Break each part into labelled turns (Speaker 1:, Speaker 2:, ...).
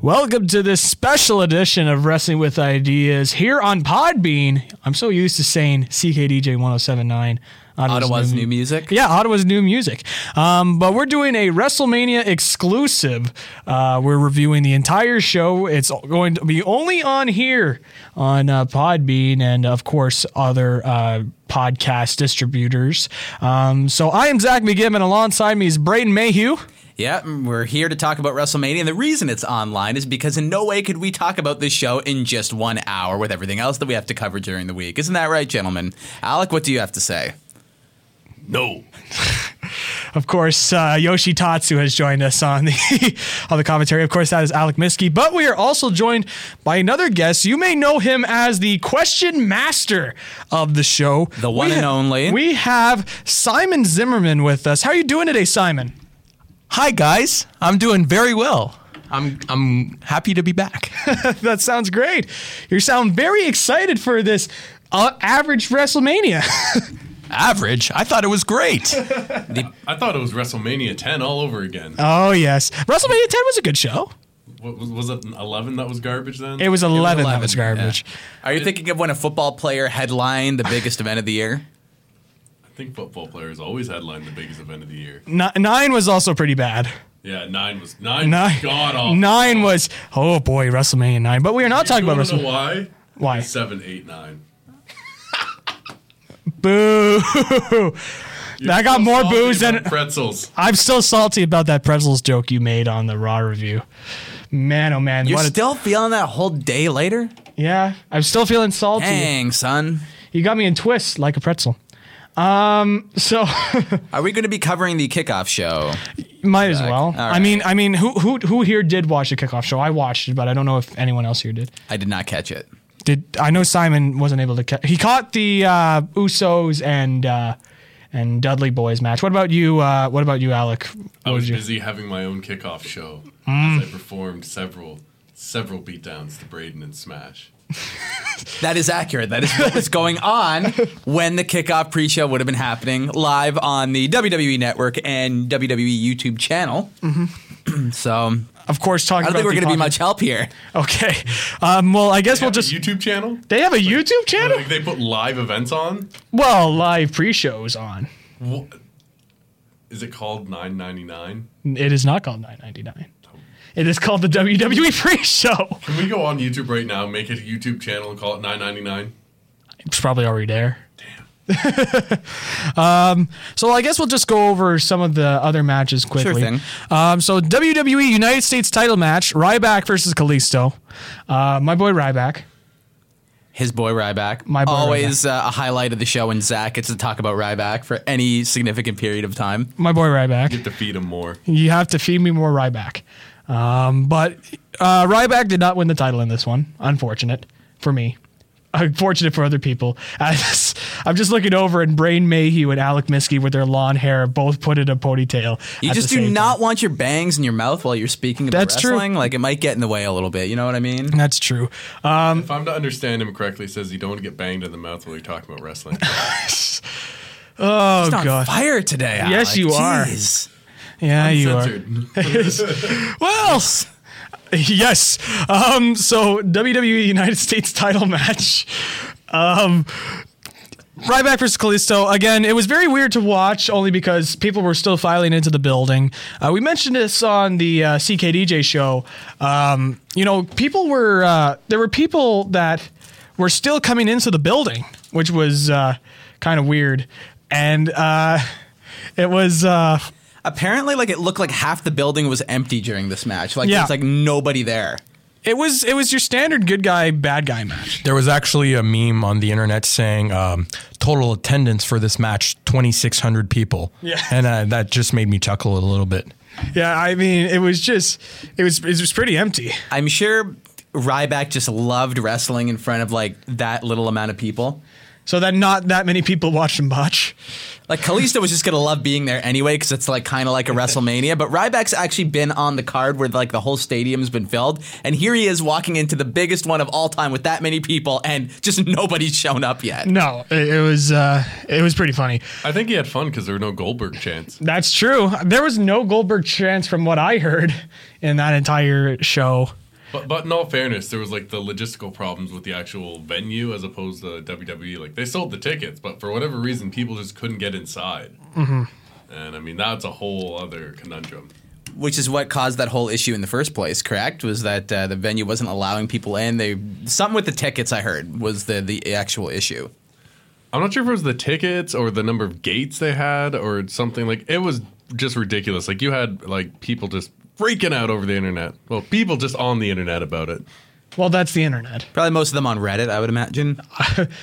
Speaker 1: Welcome to this special edition of Wrestling with Ideas here on Podbean. I'm so used to saying CKDJ 1079.
Speaker 2: Ottawa's new music.
Speaker 1: Yeah, Ottawa's new music. Um, but we're doing a WrestleMania exclusive. Uh, we're reviewing the entire show. It's going to be only on here on uh, Podbean and, of course, other uh, podcast distributors. Um, so I am Zach McGibbon. Alongside me is Braden Mayhew.
Speaker 2: Yeah, and we're here to talk about WrestleMania. And the reason it's online is because in no way could we talk about this show in just one hour with everything else that we have to cover during the week. Isn't that right, gentlemen? Alec, what do you have to say?
Speaker 3: No.
Speaker 1: Of course, uh, Yoshi Tatsu has joined us on the on the commentary. Of course, that is Alec Miskey. But we are also joined by another guest. You may know him as the question master of the show,
Speaker 2: The one
Speaker 1: We
Speaker 2: and only.
Speaker 1: We have Simon Zimmerman with us. How are you doing today, Simon?
Speaker 4: Hi guys, I'm doing very well. I'm I'm happy to be back.
Speaker 1: that sounds great. You sound very excited for this uh, average WrestleMania.
Speaker 4: Average. I thought it was great.
Speaker 3: I thought it was WrestleMania 10 all over again.
Speaker 1: oh yes, WrestleMania 10 was a good show.
Speaker 3: What, was, was it 11 that was garbage then?
Speaker 1: It was 11, that
Speaker 2: 11,
Speaker 1: was garbage.
Speaker 2: Are you thinking of when a football player headlined the biggest event of the year?
Speaker 3: I think football players always headline the biggest event of the year.
Speaker 1: Ni- nine was also pretty bad.
Speaker 3: Yeah, 9 was 9.
Speaker 1: Nine,
Speaker 3: God awful.
Speaker 1: nine was oh boy, WrestleMania nine. But we are not talking about
Speaker 3: You wanna
Speaker 1: WrestleMania.
Speaker 3: know why?
Speaker 1: Why?
Speaker 3: 7, 8, 9.
Speaker 1: Boo! I got
Speaker 3: So
Speaker 1: more
Speaker 3: salty
Speaker 1: boos than
Speaker 3: about pretzels.
Speaker 1: I'm still salty about that pretzels joke you made on the Raw review. Man, oh man,
Speaker 2: You're
Speaker 1: what a-
Speaker 2: still feeling that whole day later?
Speaker 1: yeah, I'm still feeling salty.
Speaker 2: Dang, son.
Speaker 1: You got me in twists like a pretzel. Um, so
Speaker 2: Are we going to be covering the kickoff show?
Speaker 1: might as well.
Speaker 2: all
Speaker 1: I mean, I mean, who who who here did watch the kickoff show? I watched it, but I don't know if anyone else here did.
Speaker 2: I did not catch it.
Speaker 1: Did I know Simon wasn't able to? Ca- he caught the uh, Usos and uh, and Dudley Boys match. What about you? Uh, what about you, Alec?
Speaker 3: I
Speaker 1: What
Speaker 3: was
Speaker 1: would you?
Speaker 3: busy having my own kickoff show
Speaker 1: Mm.
Speaker 3: as I performed several several beatdowns to Braden and Smash.
Speaker 2: That is accurate. That is what was going on when the kickoff pre show would have been happening live on the WWE Network and WWE YouTube channel.
Speaker 1: Mm-hmm.
Speaker 2: so I
Speaker 1: Of course, talking
Speaker 2: don't
Speaker 1: about
Speaker 2: think we're
Speaker 1: the
Speaker 2: going to be
Speaker 1: podcast-
Speaker 2: much help here.
Speaker 1: Okay. Um, well, I guess
Speaker 3: They
Speaker 1: we'll
Speaker 3: have
Speaker 1: just.
Speaker 3: a YouTube channel?
Speaker 1: they have a YouTube channel.
Speaker 3: Like they put live events on?
Speaker 1: Well, live pre-shows on.
Speaker 3: Wha- Is it called 999?
Speaker 1: It is not called 9.99. It is called the WWE pre-show.
Speaker 3: Can we go on YouTube right now, make it a YouTube channel and call it 999?
Speaker 1: It's probably already there. Damn. um, so I guess we'll just go over some of the other matches quickly.
Speaker 2: thing.
Speaker 1: Um, so WWE United States title match, Ryback versus Kalisto. Uh, my boy Ryback.
Speaker 2: His boy Ryback.
Speaker 1: My boy
Speaker 2: Always Uh, a highlight of the show when Zach gets to talk about Ryback for any significant period of time.
Speaker 1: My boy Ryback.
Speaker 3: To feed him more.
Speaker 1: You have to feed me more Ryback. Um, but uh, Ryback did not win the title in this one. Unfortunate for me. Unfortunate for other people. As I'm just looking over, and Brain Mayhew and Alec Miskey with their lawn hair both put in a ponytail.
Speaker 2: You
Speaker 1: at
Speaker 2: just
Speaker 1: the
Speaker 2: do
Speaker 1: same time.
Speaker 2: not want your bangs in your mouth while you're speaking about
Speaker 1: That's true.
Speaker 2: wrestling. Like it might get in the way a little bit. You know what I mean?
Speaker 1: That's true.
Speaker 3: If I'm to understand him correctly, he says you don't want to get banged in the mouth while you're talking about wrestling.
Speaker 1: Oh
Speaker 2: It's on
Speaker 1: god.
Speaker 2: fire today.
Speaker 1: Yes,
Speaker 2: Alec.
Speaker 1: you are.
Speaker 2: Jeez.
Speaker 1: Yeah, you are.
Speaker 3: Censored.
Speaker 1: Well, yes. Um, so WWE United States title match. Um, Ryback versus Callisto. Again, it was very weird to watch only because people were still filing into the building. Uh, we mentioned this on the uh, CKDJ show. Um, you know, people were, uh, there were people that were still coming into the building, which was uh, kind of weird. And uh, it was. Uh,
Speaker 2: Apparently, like it looked like half the building was empty during this match. Like
Speaker 1: Yeah.
Speaker 2: there's like nobody there.
Speaker 1: It was it was your standard good guy bad guy match.
Speaker 4: there was actually a meme on the internet saying um, total attendance for this match 2600 people.
Speaker 1: Yeah.
Speaker 4: And uh, that just made me chuckle a little bit.
Speaker 1: Yeah, I mean it was just it was it was pretty empty.
Speaker 2: I'm sure Ryback just loved wrestling in front of like that little amount of people.
Speaker 1: So that not that many people watched him botch.
Speaker 2: Like Kalisto was just gonna love being there anyway because it's like kind of like a WrestleMania. But Ryback's actually been on the card where like the whole stadium's been filled, and here he is walking into the biggest one of all time with that many people, and just nobody's shown up yet.
Speaker 1: No, it, it was uh it was pretty funny.
Speaker 3: I think he had fun because there were no Goldberg chants.
Speaker 1: That's true. There was no Goldberg chance from what I heard in that entire show.
Speaker 3: But, but in all fairness, there was like the logistical problems with the actual venue as opposed to WWE. Like they sold the tickets, but for whatever reason, people just couldn't get inside. And I mean, that's a whole other conundrum.
Speaker 2: which is what caused that whole issue in the first place. Correct? Was that uh, the venue wasn't allowing people in? They something with the tickets I heard was the the actual issue.
Speaker 3: I'm not sure if it was the tickets or the number of gates they had or something. Like it was just ridiculous. Like you had like people just freaking out over the internet. Well, people just on the internet about it.
Speaker 1: Well, that's the internet.
Speaker 2: Probably most of them on Reddit, I would imagine.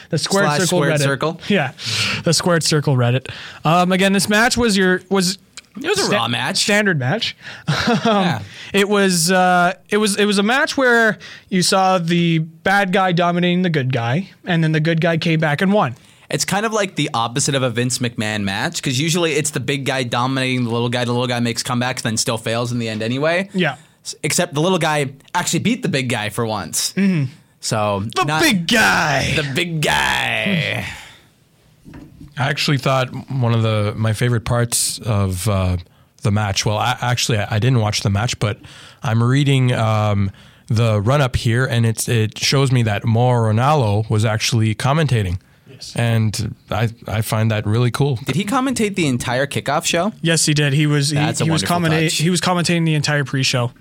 Speaker 1: The squared
Speaker 2: Slash
Speaker 1: circle
Speaker 2: squared
Speaker 1: Reddit.
Speaker 2: circle.
Speaker 1: Yeah, the squared circle Reddit. Um, again, this match was your was
Speaker 2: It was a
Speaker 1: sta-
Speaker 2: raw match.
Speaker 1: standard match.
Speaker 2: Yeah.
Speaker 1: It was uh, it was it was a match where you saw the bad guy dominating the good guy, and then the good guy came back and won.
Speaker 2: It's kind of like the opposite of a Vince McMahon match because usually it's the big guy dominating the little guy. The little guy makes comebacks, then still fails in the end anyway.
Speaker 1: Yeah,
Speaker 2: S- Except the little guy actually beat the big guy for once. So
Speaker 1: Mm-hmm. the
Speaker 2: not-
Speaker 1: big guy.
Speaker 2: the big guy.
Speaker 4: I actually thought one of the my favorite parts of uh, the match. Well, I, actually, I, I didn't watch the match, but I'm reading um, the run up here, and it's it shows me that Mauro Ronaldo was actually commentating, yes. and I I find that really cool.
Speaker 2: Did he commentate the entire kickoff show?
Speaker 1: yes, he did. He was he,
Speaker 2: That's a
Speaker 1: he was
Speaker 2: wonderful
Speaker 1: commenta-
Speaker 2: touch.
Speaker 1: he was commentating the entire pre-show.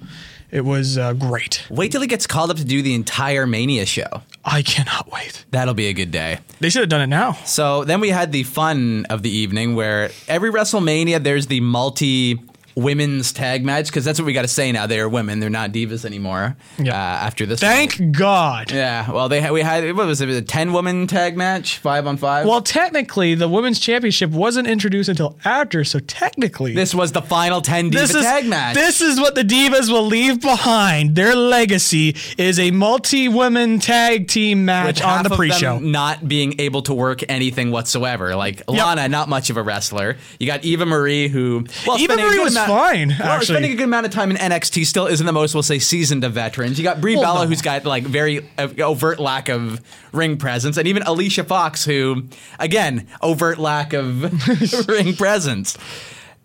Speaker 1: It was uh, great.
Speaker 2: Wait till he gets called up to do the entire Mania show.
Speaker 1: I cannot wait.
Speaker 2: That'll be a good day.
Speaker 1: They should have done it now.
Speaker 2: So then we had the fun of the evening where every WrestleMania there's the multi women's tag match because that's what we got to say now. They are women; they're not divas anymore.
Speaker 1: Yeah.
Speaker 2: Uh, after this, one.
Speaker 1: Thank God.
Speaker 2: Yeah. Well, they had, we had what was it? A ten woman tag match, five on five.
Speaker 1: Well, technically, the women's championship wasn't introduced until after, so technically,
Speaker 2: this was the final ten diva
Speaker 1: this is
Speaker 2: tag match.
Speaker 1: this is what the divas will leave behind. Their legacy is a multi-women tag team
Speaker 2: with
Speaker 1: match on
Speaker 2: half
Speaker 1: the
Speaker 2: of
Speaker 1: pre-show.
Speaker 2: them not being able to work anything whatsoever. Like Lana, not much of a wrestler. You got Eva Marie, who well,
Speaker 1: Eva
Speaker 2: spending a
Speaker 1: Marie
Speaker 2: good
Speaker 1: was
Speaker 2: amount-
Speaker 1: fine,
Speaker 2: Well,
Speaker 1: actually.
Speaker 2: spending a good amount of time in NXT still isn't the most we'll say seasoned of veterans. You got Brie
Speaker 1: Well,
Speaker 2: Bella,
Speaker 1: no.
Speaker 2: who's got like very uh, overt lack of ring presence, and even Alicia Fox, who again overt lack of ring presence.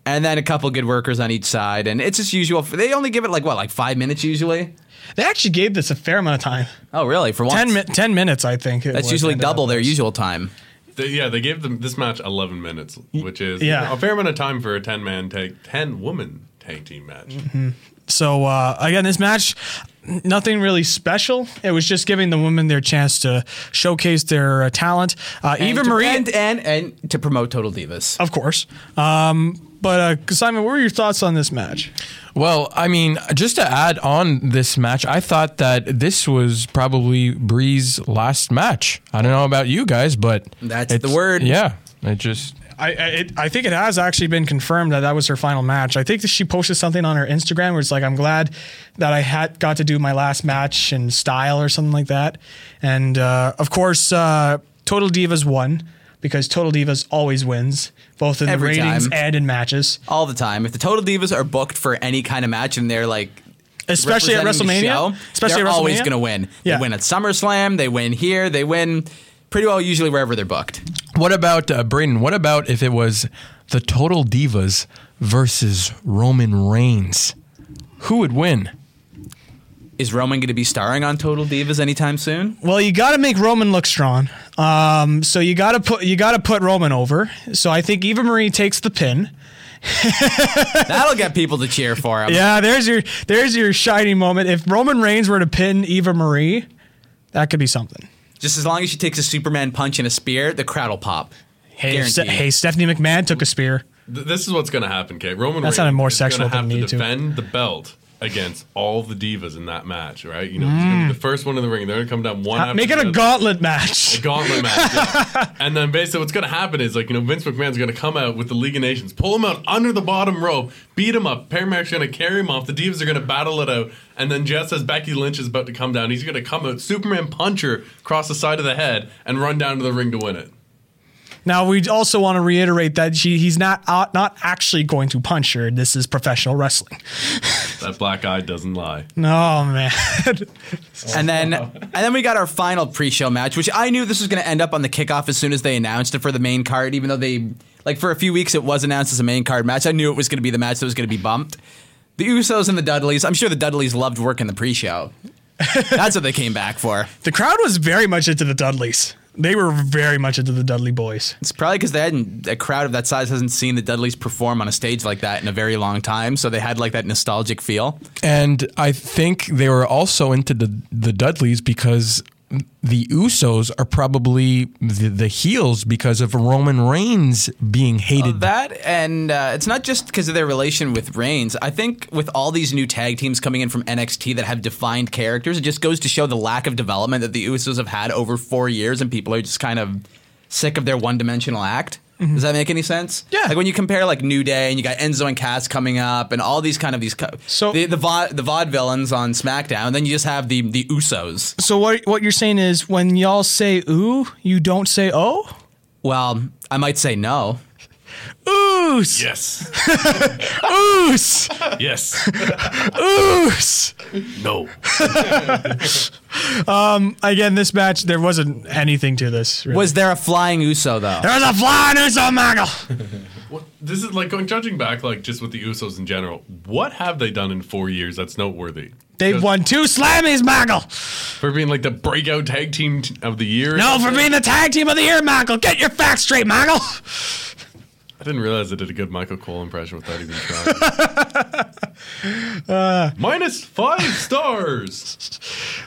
Speaker 2: And then a couple good workers on each side, and it's as usual. They only give it like what, like five minutes usually.
Speaker 1: They actually gave this a fair amount of time.
Speaker 2: Oh, really? For once,
Speaker 1: 10, mi- 10 minutes, I think. it
Speaker 2: That's
Speaker 1: was
Speaker 2: usually
Speaker 1: ended up.
Speaker 2: double their usual time.
Speaker 3: They, yeah, they gave them this match 11 minutes, which is
Speaker 1: Yeah.
Speaker 3: a fair amount of time for a 10 man tag, 10 woman tag team match.
Speaker 1: So uh, again, this match, n- nothing really special. It was just giving the women their chance to showcase their uh, talent. Uh, Eva
Speaker 2: to-
Speaker 1: Marie,
Speaker 2: and, and and to promote Total Divas.
Speaker 1: of course. Um, but uh, Simon, what were your thoughts on this match?
Speaker 4: Well, I mean, just to add on this match, I thought that this was probably Bree's last match. I don't know about you guys, but
Speaker 2: That's
Speaker 4: it's-
Speaker 2: the word.
Speaker 4: Yeah, it just
Speaker 1: I I, it, I think it has actually been confirmed that that was her final match. I think that she posted something on her Instagram where it's like, "I'm glad that I had got to do my last match in style" or something like that. And uh, of course, uh, Total Divas won because Total Divas always wins, both in
Speaker 2: Every
Speaker 1: the ratings
Speaker 2: time.
Speaker 1: and in matches,
Speaker 2: All the time. If the Total Divas are booked for any kind of match and they're like
Speaker 1: especially at
Speaker 2: representing the
Speaker 1: WrestleMania.
Speaker 2: show,
Speaker 1: especially
Speaker 2: they're
Speaker 1: at WrestleMania.
Speaker 2: always going to win.
Speaker 1: Yeah.
Speaker 2: They win at SummerSlam, they win here, they win pretty well usually wherever they're booked.
Speaker 4: What about uh, Braden? What about if it was the Total Divas versus Roman Reigns? Who would win?
Speaker 2: Is Roman going to be starring on Total Divas anytime soon?
Speaker 1: Well, you got to make Roman look strong. Um, so you got to put you got to put Roman over. So I think Eva Marie takes the pin.
Speaker 2: That'll get people to cheer for him.
Speaker 1: Yeah, there's your there's your shining moment. If Roman Reigns were to pin Eva Marie, that could be something.
Speaker 2: Just as long as she takes a Superman punch and a spear, the crowd will pop.
Speaker 1: Hey, Ste-
Speaker 2: Guaranteed.
Speaker 1: hey, Stephanie McMahon took a spear.
Speaker 3: Th- this is what's going to happen, Kate. Roman
Speaker 1: That
Speaker 3: Reigns
Speaker 1: sounded more
Speaker 3: is gonna
Speaker 1: sexual than
Speaker 3: have
Speaker 1: me,
Speaker 3: to
Speaker 1: too.
Speaker 3: defend the belt against all the divas in that match, right? You know, he's going to be the first one in the ring. They're going to come down one. after
Speaker 1: Mm. Uh, Make it
Speaker 3: the
Speaker 1: a
Speaker 3: other.
Speaker 1: gauntlet match.
Speaker 3: gauntlet match. yeah. And then basically what's going to happen is like, you know, Vince McMahon's going to come out with the League of Nations, pull him out under the bottom rope, beat him up. Paramount's going to carry him off. The Divas are going to battle it out. And then just as Becky Lynch is about to come down, he's going to come out, Superman punch her across the side of the head and run down to the ring to win it.
Speaker 1: Now we also want to reiterate that she, he's not uh, not actually going to punch her. This is professional wrestling.
Speaker 3: That black eye doesn't lie.
Speaker 1: No man,
Speaker 2: And then and then we got our final pre-show match, which I knew this was going to end up on the kickoff as soon as they announced it for the main card, even though they like for a few weeks it was announced as a main card match. I knew it was going to be the match that was going to be bumped. The Usos and the Dudleys. I'm sure the Dudleys loved working the pre-show. That's what they came back for.
Speaker 1: The crowd was very much into the Dudleys. They were very much into the Dudley boys.
Speaker 2: It's probably because they hadn't a crowd of that size hasn't seen the Dudleys perform on a stage like that in a very long time, so they had like that nostalgic feel.
Speaker 4: And I think they were also into the the Dudleys because the Usos are probably the, the heels because of Roman Reigns being hated.
Speaker 2: Oh, That and uh, it's not just because of their relation with Reigns. I think with all these new tag teams coming in from NXT that have defined characters, it just goes to show the lack of development that the Usos have had over four years, and people are just kind of sick of their one-dimensional act. Does that make any sense?
Speaker 1: Mm-hmm. Yeah.
Speaker 2: Like when you compare like New Day and you got Enzo and Cass coming up and all these kind of these co-
Speaker 1: So-
Speaker 2: the the, vo- the vaudevillains on SmackDown, and then you just have the the Usos.
Speaker 1: So what what you're saying is when y'all say ooh, you don't say oh?
Speaker 2: Well, I might say no.
Speaker 1: Oos!
Speaker 3: Yes.
Speaker 1: Oos!
Speaker 3: Yes.
Speaker 1: Oos!
Speaker 3: no.
Speaker 1: Again, this match, there wasn't anything to this. Really.
Speaker 2: Was there a flying Uso though?
Speaker 1: There's a fly in Uso Mangle!
Speaker 3: What, this is like going judging back, like just with the Usos in general. What have they done in four years that's noteworthy?
Speaker 1: They've won two Slammies, Mangle!
Speaker 3: For being like the breakout tag team t- of the year.
Speaker 1: No, for being the tag team of the year, Mangle! Get your facts straight, Mangle!
Speaker 3: I didn't realize I did a good Michael Cole impression without even trying.
Speaker 1: Uh,
Speaker 3: Minus five stars.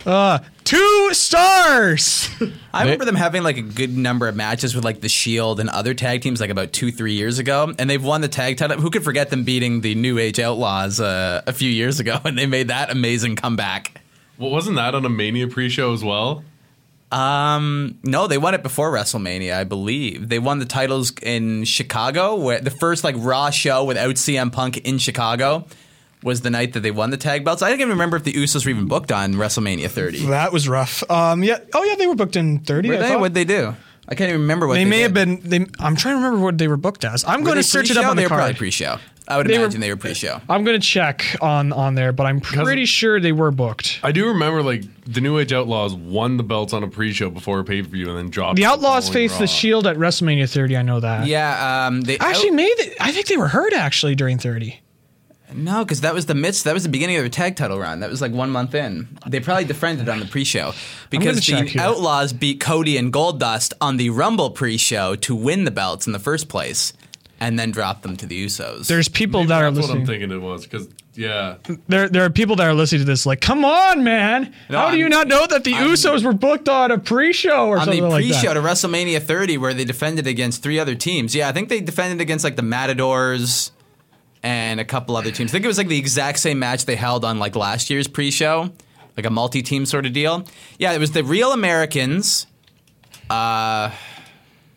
Speaker 1: Uh, Two stars!
Speaker 2: I remember them having like a good number of matches with like the Shield and other tag teams like about two, three years ago, and they've won the tag title. Who could forget them beating the New Age Outlaws uh, a few years ago, and they made that amazing comeback.
Speaker 3: Well, wasn't that on a Mania pre-show as well?
Speaker 2: No, they won it before WrestleMania, I believe. They won the titles in Chicago, where the first like Raw show without CM Punk in Chicago was the night that they won the tag belts. I don't even remember if the Usos were even booked on WrestleMania 30.
Speaker 1: That was rough. Um, yeah. Oh, yeah, they were booked in 30.
Speaker 2: Were
Speaker 1: I
Speaker 2: they?
Speaker 1: thought.
Speaker 2: What'd they do? I can't even remember what
Speaker 1: They
Speaker 2: they,
Speaker 1: may
Speaker 2: did.
Speaker 1: have been. They, I'm trying to remember what they were booked as. I'm
Speaker 2: Were
Speaker 1: going
Speaker 2: they
Speaker 1: to search it up
Speaker 2: pre-show?
Speaker 1: on the
Speaker 2: they were probably
Speaker 1: card.
Speaker 2: pre-show. I would
Speaker 1: They were-
Speaker 2: imagine they were pre-show.
Speaker 1: I'm going to check on on there, but I'm pretty sure they were booked.
Speaker 3: I do remember like the New Age Outlaws won the belts on a pre-show before a pay-per-view and then dropped.
Speaker 1: The
Speaker 3: it
Speaker 1: Outlaws
Speaker 3: following
Speaker 1: faced the
Speaker 3: Raw.
Speaker 1: Shield at WrestleMania 30. I know that.
Speaker 2: Yeah, um, they
Speaker 1: Actually,
Speaker 2: out-
Speaker 1: maybe I think they were hurt actually during 30.
Speaker 2: no, because that was the midst. That was the beginning of their tag title run. That was like one month in. They probably defended on the pre-show because
Speaker 1: check
Speaker 2: the
Speaker 1: here.
Speaker 2: Outlaws beat Cody and Goldust on the Rumble pre-show to win the belts in the first place, and then dropped them to the Usos.
Speaker 1: There's people that are
Speaker 3: That's what I'm
Speaker 1: listening.
Speaker 3: thinking it was because yeah,
Speaker 1: There, there are people that are listening to this. Like, come on, man!
Speaker 2: No,
Speaker 1: How do you
Speaker 2: I'm-
Speaker 1: not know that the
Speaker 2: I'm-
Speaker 1: Usos were booked on a pre-show or
Speaker 2: on
Speaker 1: something
Speaker 2: the
Speaker 1: like that?
Speaker 2: pre-show to WrestleMania 30, where they defended against three other teams. Yeah, I think they defended against like the Matadors and a couple other teams. I think it was like the exact same match they held on like last year's pre-show, like a multi-team sort of deal. Yeah, it was the Real Americans. Uh,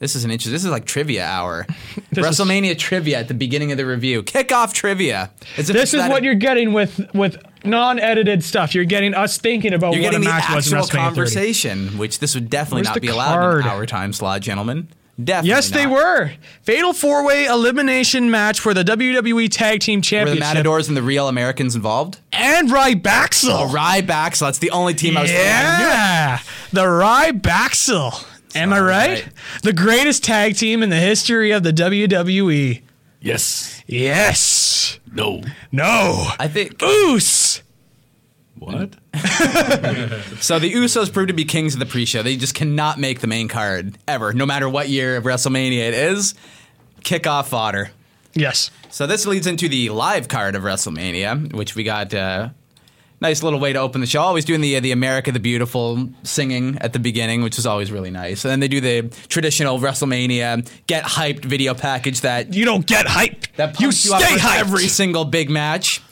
Speaker 2: this is an interest. This is like trivia hour.
Speaker 1: is-
Speaker 2: WrestleMania trivia at the beginning of the review. Kickoff trivia. As if
Speaker 1: This
Speaker 2: it's
Speaker 1: is
Speaker 2: that-
Speaker 1: what you're getting with with non-edited stuff. You're getting us thinking about
Speaker 2: You're
Speaker 1: what
Speaker 2: getting
Speaker 1: a
Speaker 2: the
Speaker 1: match was in
Speaker 2: actual
Speaker 1: WrestleMania 30.
Speaker 2: conversation, which this would definitely
Speaker 1: Where's
Speaker 2: not
Speaker 1: the
Speaker 2: be allowed in
Speaker 1: card?
Speaker 2: an hour time slot, gentlemen. Definitely.
Speaker 1: Yes, they
Speaker 2: not.
Speaker 1: were. Fatal four way elimination match for the WWE Tag Team
Speaker 2: Were the
Speaker 1: Championship.
Speaker 2: Matadors and the real Americans involved?
Speaker 1: and Rybacksil.
Speaker 2: Oh, Ryback, so that's the only team I was
Speaker 1: yeah. The Rybacksil. Am I right?
Speaker 2: right.
Speaker 1: The greatest tag team in the history of the E. WWE.
Speaker 3: yes,
Speaker 1: Yes.
Speaker 3: no,
Speaker 1: No.
Speaker 2: I think
Speaker 1: Oos.
Speaker 3: what?
Speaker 2: so. The Usos proved to be kings of the pre-show. They just cannot make the main card ever, no matter what year of WrestleMania it is. Kickoff fodder.
Speaker 1: Yes.
Speaker 2: So this leads into the live card of WrestleMania, which we got uh, nice little way to open the show. Always doing the the America the Beautiful singing at the beginning, which is always really nice. And then they do the traditional WrestleMania get hyped video package that
Speaker 1: You don't get hype.
Speaker 2: that
Speaker 1: you
Speaker 2: pumps
Speaker 1: stay
Speaker 2: you, up for
Speaker 1: hyped.
Speaker 2: every single big match.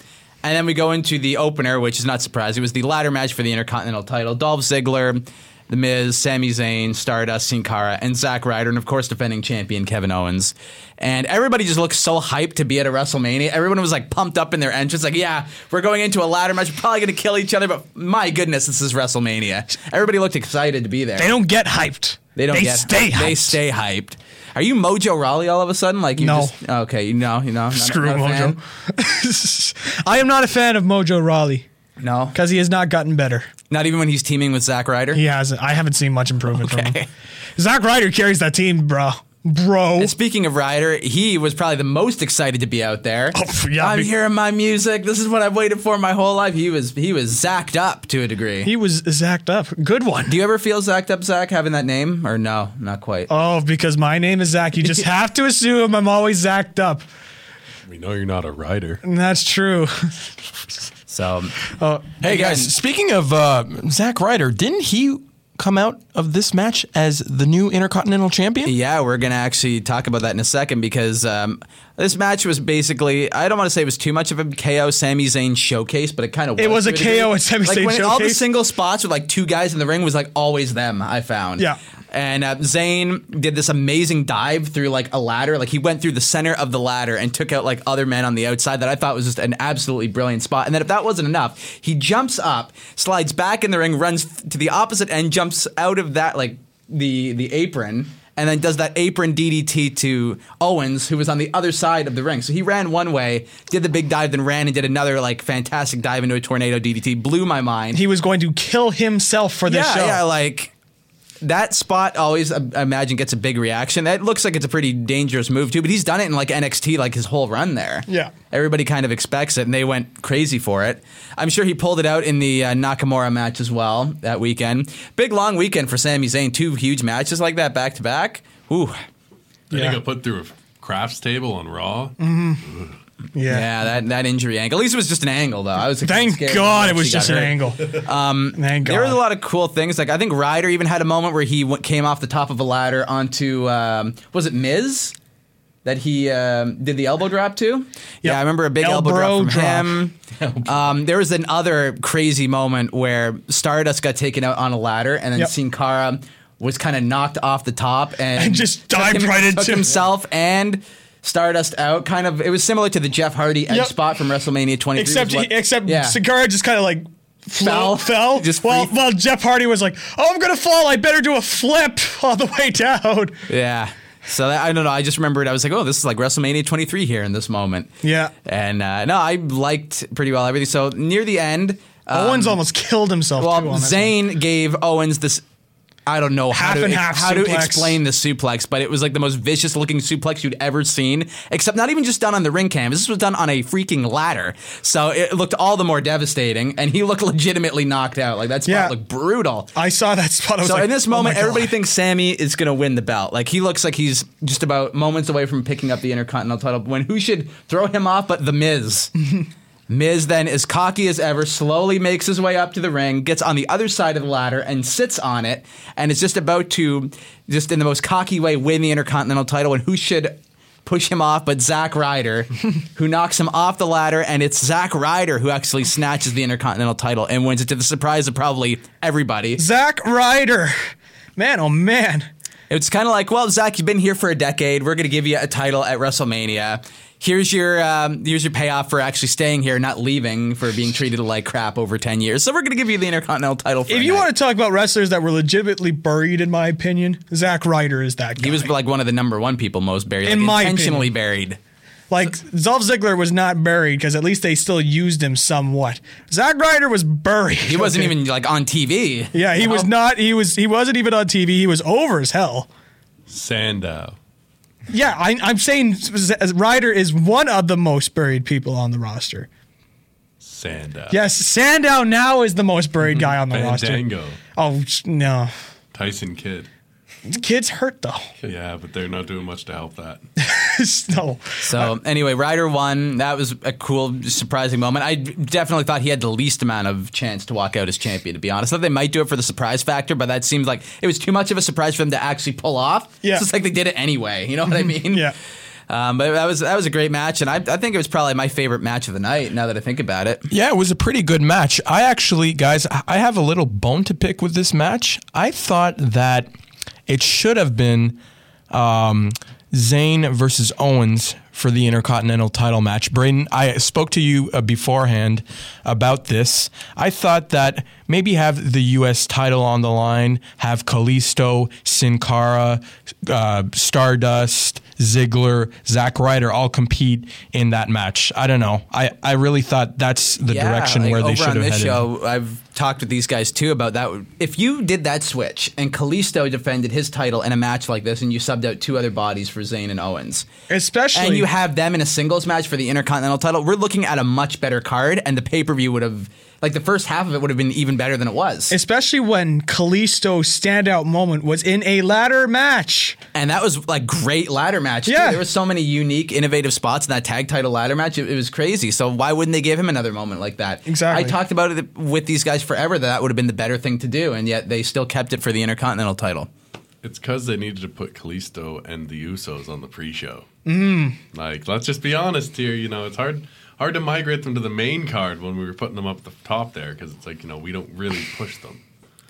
Speaker 2: And then we go into the opener, which is not surprising. It was the ladder match for the Intercontinental title. Dolph Ziggler, The Miz, Sami Zayn, Stardust, Sin Cara, and Zack Ryder, and of course, defending champion Kevin Owens. And everybody just looked so hyped to be at a WrestleMania. Everyone was like pumped up in their entrance, like, yeah, we're going into a ladder match. We're probably going to kill each other, but my goodness, this is WrestleMania. Everybody looked excited to be there.
Speaker 1: They don't get hyped.
Speaker 2: They don't
Speaker 1: They
Speaker 2: get
Speaker 1: stay hyped.
Speaker 2: They stay hyped. Are you Mojo Raleigh all of a sudden? Like you
Speaker 1: No.
Speaker 2: just okay, you know, you know. not-
Speaker 1: Screw
Speaker 2: not a
Speaker 1: Mojo.
Speaker 2: fan?
Speaker 1: I am not a fan of Mojo Raleigh
Speaker 2: No.
Speaker 1: because he has not gotten better.
Speaker 2: Not even when he's teaming with Zack Ryder.
Speaker 1: He hasn't. I haven't seen much improvement from him. Zack Ryder carries that team, bro. bro.
Speaker 2: And speaking of Ryder, he was probably the most excited to be out there.
Speaker 1: pff, Oh, yeah,
Speaker 2: I'm
Speaker 1: be-
Speaker 2: hearing my music. This is what I've waited for my whole life. He was he was zacked up to a degree.
Speaker 1: He was zacked up. Good one.
Speaker 2: Do you ever feel zacked up, Zach, having that name? Or no, not quite.
Speaker 1: Oh, because my name is Zach. You just have to assume I'm always zacked up.
Speaker 3: We know you're not a rider.
Speaker 1: And that's true.
Speaker 2: So
Speaker 4: Hey guys, speaking of uh, Zack Ryder, didn't he come out of this match as the new Intercontinental Champion?
Speaker 2: yeah, we're gonna actually talk about that in a second because um, this match was basically I don't want to say it was too much of a KO Sami Zayn showcase, but it kind of
Speaker 1: It was a KO and Sami
Speaker 2: like,
Speaker 1: Zayn
Speaker 2: when All the
Speaker 1: showcase.
Speaker 2: single spots with like two guys in the ring was like always them. I found
Speaker 1: Yeah.
Speaker 2: And uh, Zayn did this amazing dive through like a ladder. Like he went through the center of the ladder and took out like other men on the outside that I thought was just an absolutely brilliant spot. And then if that wasn't enough, he jumps up, slides back in the ring, runs f- to the opposite end, jumps out of that like the the apron. And then does that apron DDT to Owens, who was on the other side of the ring. So he ran one way, did the big dive, then ran and did another like fantastic dive into a tornado DDT. Blew my mind
Speaker 1: he was going to kill himself for this
Speaker 2: yeah,
Speaker 1: show.
Speaker 2: Yeah, like that spot always I I imagine gets a big reaction. It looks like it's a pretty dangerous move too, but he's done it in like NXT like his whole run there.
Speaker 1: Yeah.
Speaker 2: Everybody kind of expects it and they went crazy for it. I'm sure he pulled it out in the uh, Nakamura match as well that weekend. Big long weekend for Sami Zayn, two huge matches like that back to back. Ooh.
Speaker 3: Then
Speaker 1: Yeah. Mm-hmm.
Speaker 3: he got put through a crafts table on Raw.
Speaker 1: yeah.
Speaker 2: Yeah, that, that injury angle. At least it was just an angle though. I was
Speaker 1: Thank
Speaker 2: scared
Speaker 1: God
Speaker 2: when
Speaker 1: it was
Speaker 2: she got
Speaker 1: just an
Speaker 2: hurt.
Speaker 1: angle. Um, Thank God.
Speaker 2: There was a lot of cool things. Like I think Ryder even had a moment where he w- came off the top of a ladder onto um, was it Miz that he um, did the elbow drop to? Yeah, I remember a big elbow,
Speaker 1: Elbow
Speaker 2: drop from him. um, there was another crazy moment where Stardust got taken out on a ladder, and then
Speaker 1: Yep.
Speaker 2: Sin Cara was kind of knocked off the top and,
Speaker 1: And just
Speaker 2: took
Speaker 1: dived
Speaker 2: him-
Speaker 1: right
Speaker 2: took
Speaker 1: into-
Speaker 2: himself and. Stardust out, kind of. It was similar to the Jeff Hardy edge
Speaker 1: Yep.
Speaker 2: spot from WrestleMania 23. which is
Speaker 1: except
Speaker 2: what-
Speaker 1: he, except
Speaker 2: Yeah.
Speaker 1: Cigar just kind of like
Speaker 2: Fell.
Speaker 1: fell, fell.
Speaker 2: Just
Speaker 1: while,
Speaker 2: free-
Speaker 1: while Jeff Hardy was like, "Oh, I'm gonna fall. I better do a flip on the way down."
Speaker 2: Yeah. So that, I don't know. I just remembered. I was like, oh, this is like WrestleMania 23 here in this moment.
Speaker 1: Yeah.
Speaker 2: And uh, no, I liked pretty well everything. So near the end, uh,
Speaker 1: Owens almost killed himself. too,
Speaker 2: well,
Speaker 1: Oh, on that one.
Speaker 2: Zayn gave Owens this. I don't know how
Speaker 1: Half
Speaker 2: to
Speaker 1: and half
Speaker 2: how to
Speaker 1: suplex.
Speaker 2: explain the suplex, but it was like the most vicious looking suplex you'd ever seen. Except not even just done on the ring canvas. This was done on a freaking ladder, so it looked all the more devastating. And he looked legitimately knocked out. Like that spot
Speaker 1: Yeah.
Speaker 2: looked brutal.
Speaker 1: I saw that spot. I was
Speaker 2: So
Speaker 1: like,
Speaker 2: in this
Speaker 1: "Oh my
Speaker 2: moment,
Speaker 1: God."
Speaker 2: everybody thinks Sammy is going to win the belt. Like he looks like he's just about moments away from picking up the Intercontinental title. When who should throw him off but the Miz? Miz then, as cocky as ever, slowly makes his way up to the ring, gets on the other side of the ladder, and sits on it, and is just about to, just in the most cocky way, win the Intercontinental title. And who should push him off but Zack Ryder, who knocks him off the ladder, and it's Zack Ryder who actually snatches the Intercontinental title and wins it to the surprise of probably everybody.
Speaker 1: Zack Ryder, man, oh man,
Speaker 2: It's kind of like, well, Zach, you've been here for a decade. We're going to give you a title at WrestleMania. Here's your um, here's your payoff for actually staying here, not leaving for being treated like crap over ten years. So we're going to give you the Intercontinental title. For
Speaker 1: if you want to talk about wrestlers that were legitimately buried, in my opinion, Zack Ryder is that guy.
Speaker 2: he was like one of the number one people most buried,
Speaker 1: In
Speaker 2: like,
Speaker 1: my
Speaker 2: intentionally buried.
Speaker 1: Like Dolph Ziggler was not buried because at least they still used him somewhat. Zack Ryder was buried.
Speaker 2: He wasn't even like on TV.
Speaker 1: Yeah, he was not. He was. He wasn't even on TV. He was over as hell.
Speaker 3: Sandow.
Speaker 1: Yeah, I, I'm saying Z- Ryder is one of the most buried people on the roster.
Speaker 3: Sandow.
Speaker 1: Yes, Sandow now is the most buried guy on the roster.
Speaker 3: Fandango.
Speaker 1: Oh sh- no,
Speaker 3: Tyson Kidd.
Speaker 1: The kids hurt though.
Speaker 3: Yeah, but they're not doing much to help that.
Speaker 1: no,
Speaker 2: So anyway, Ryder won. That was a cool, surprising moment. I definitely thought he had the least amount of chance to walk out as champion. To be honest, I thought they might do it for the surprise factor, but that seemed like it was too much of a surprise for them to actually pull off.
Speaker 1: Yeah. Mm-hmm.
Speaker 2: it's just like they did it anyway. You know what I mean?
Speaker 1: yeah,
Speaker 2: Um, but that was that was a great match, and I, I think it was probably my favorite match of the night. Now that I think about it,
Speaker 4: Yeah, it was a pretty good match. I actually, guys, I I have a little bone to pick with this match. I thought that it should have been um, Zayn versus Owens for the Intercontinental title match. Braden, I spoke to you uh, beforehand about this. I thought that maybe have the U.S. title on the line, have Kalisto, Sin Cara, uh, Stardust, Ziggler, Zack Ryder all compete in that match. I don't know. I, I really thought that's the
Speaker 2: Yeah,
Speaker 4: direction
Speaker 2: like,
Speaker 4: where they
Speaker 2: over
Speaker 4: should have
Speaker 2: on
Speaker 4: headed.
Speaker 2: this show. I've talked with these guys too about that. If you did that switch and Kalisto defended his title in a match like this, and you subbed out two other bodies for Zayn and Owens,
Speaker 1: Especially
Speaker 2: and you have them in a singles match for the Intercontinental title, we're looking at a much better card, and the pay per view would have like the first half of it would have been even better than it was,
Speaker 1: especially when Kalisto's standout moment was in a ladder match.
Speaker 2: and that was like great ladder match. too.
Speaker 1: Yeah.
Speaker 2: there were so many unique, innovative spots in that tag title ladder match. It, it was crazy. So why wouldn't they give him another moment like that?
Speaker 1: Exactly.
Speaker 2: I talked about it with these guys forever that that would have been the better thing to do, and yet they still kept it for the Intercontinental title.
Speaker 3: It's because they needed to put Kalisto and the Usos on the pre-show. Like, let's just be honest here. You know, it's hard hard to migrate them to the main card when we were putting them up at the top there because it's like you know we don't really push them.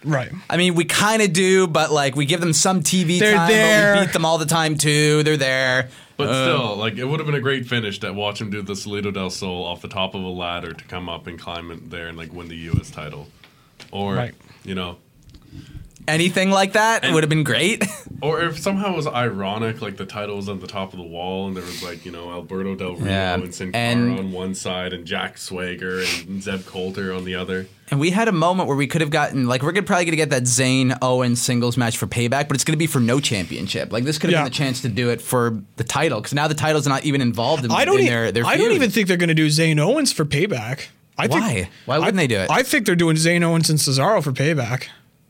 Speaker 1: Right.
Speaker 2: I mean, we kind of do, but like we give them some TV
Speaker 1: They're
Speaker 2: time, but
Speaker 1: there.
Speaker 2: we beat them all the time too. They're there.
Speaker 3: But still, like it would have been a great finish to watch him do the Salido del Sol off the top of a ladder to come up and climb in there and like win the U.S. title, or
Speaker 1: Right.
Speaker 3: you know,
Speaker 2: Anything like that would have been great.
Speaker 3: or if somehow it was ironic, like the title was on the top of the wall and there was like you know Alberto Del Rio
Speaker 2: Yeah,
Speaker 3: and Sin Cara
Speaker 2: and-
Speaker 3: on one side and Jack Swagger and Zeb Coulter on the other.
Speaker 2: And we had a moment where we could have gotten like we're gonna probably gonna get that Zayn Owen singles match for payback, but it's gonna be for no championship. Like this could have
Speaker 1: Yeah.
Speaker 2: been the chance to do it for the title because now the title's not even involved in,
Speaker 1: I don't.
Speaker 2: in
Speaker 1: e-
Speaker 2: their their.
Speaker 1: I don't
Speaker 2: feud.
Speaker 1: even think they're going to do Zayn Owens for payback. I
Speaker 2: Why?
Speaker 1: Think,
Speaker 2: Why wouldn't
Speaker 1: I-
Speaker 2: they do it?
Speaker 1: I think they're doing Zayn Owens and Cesaro for payback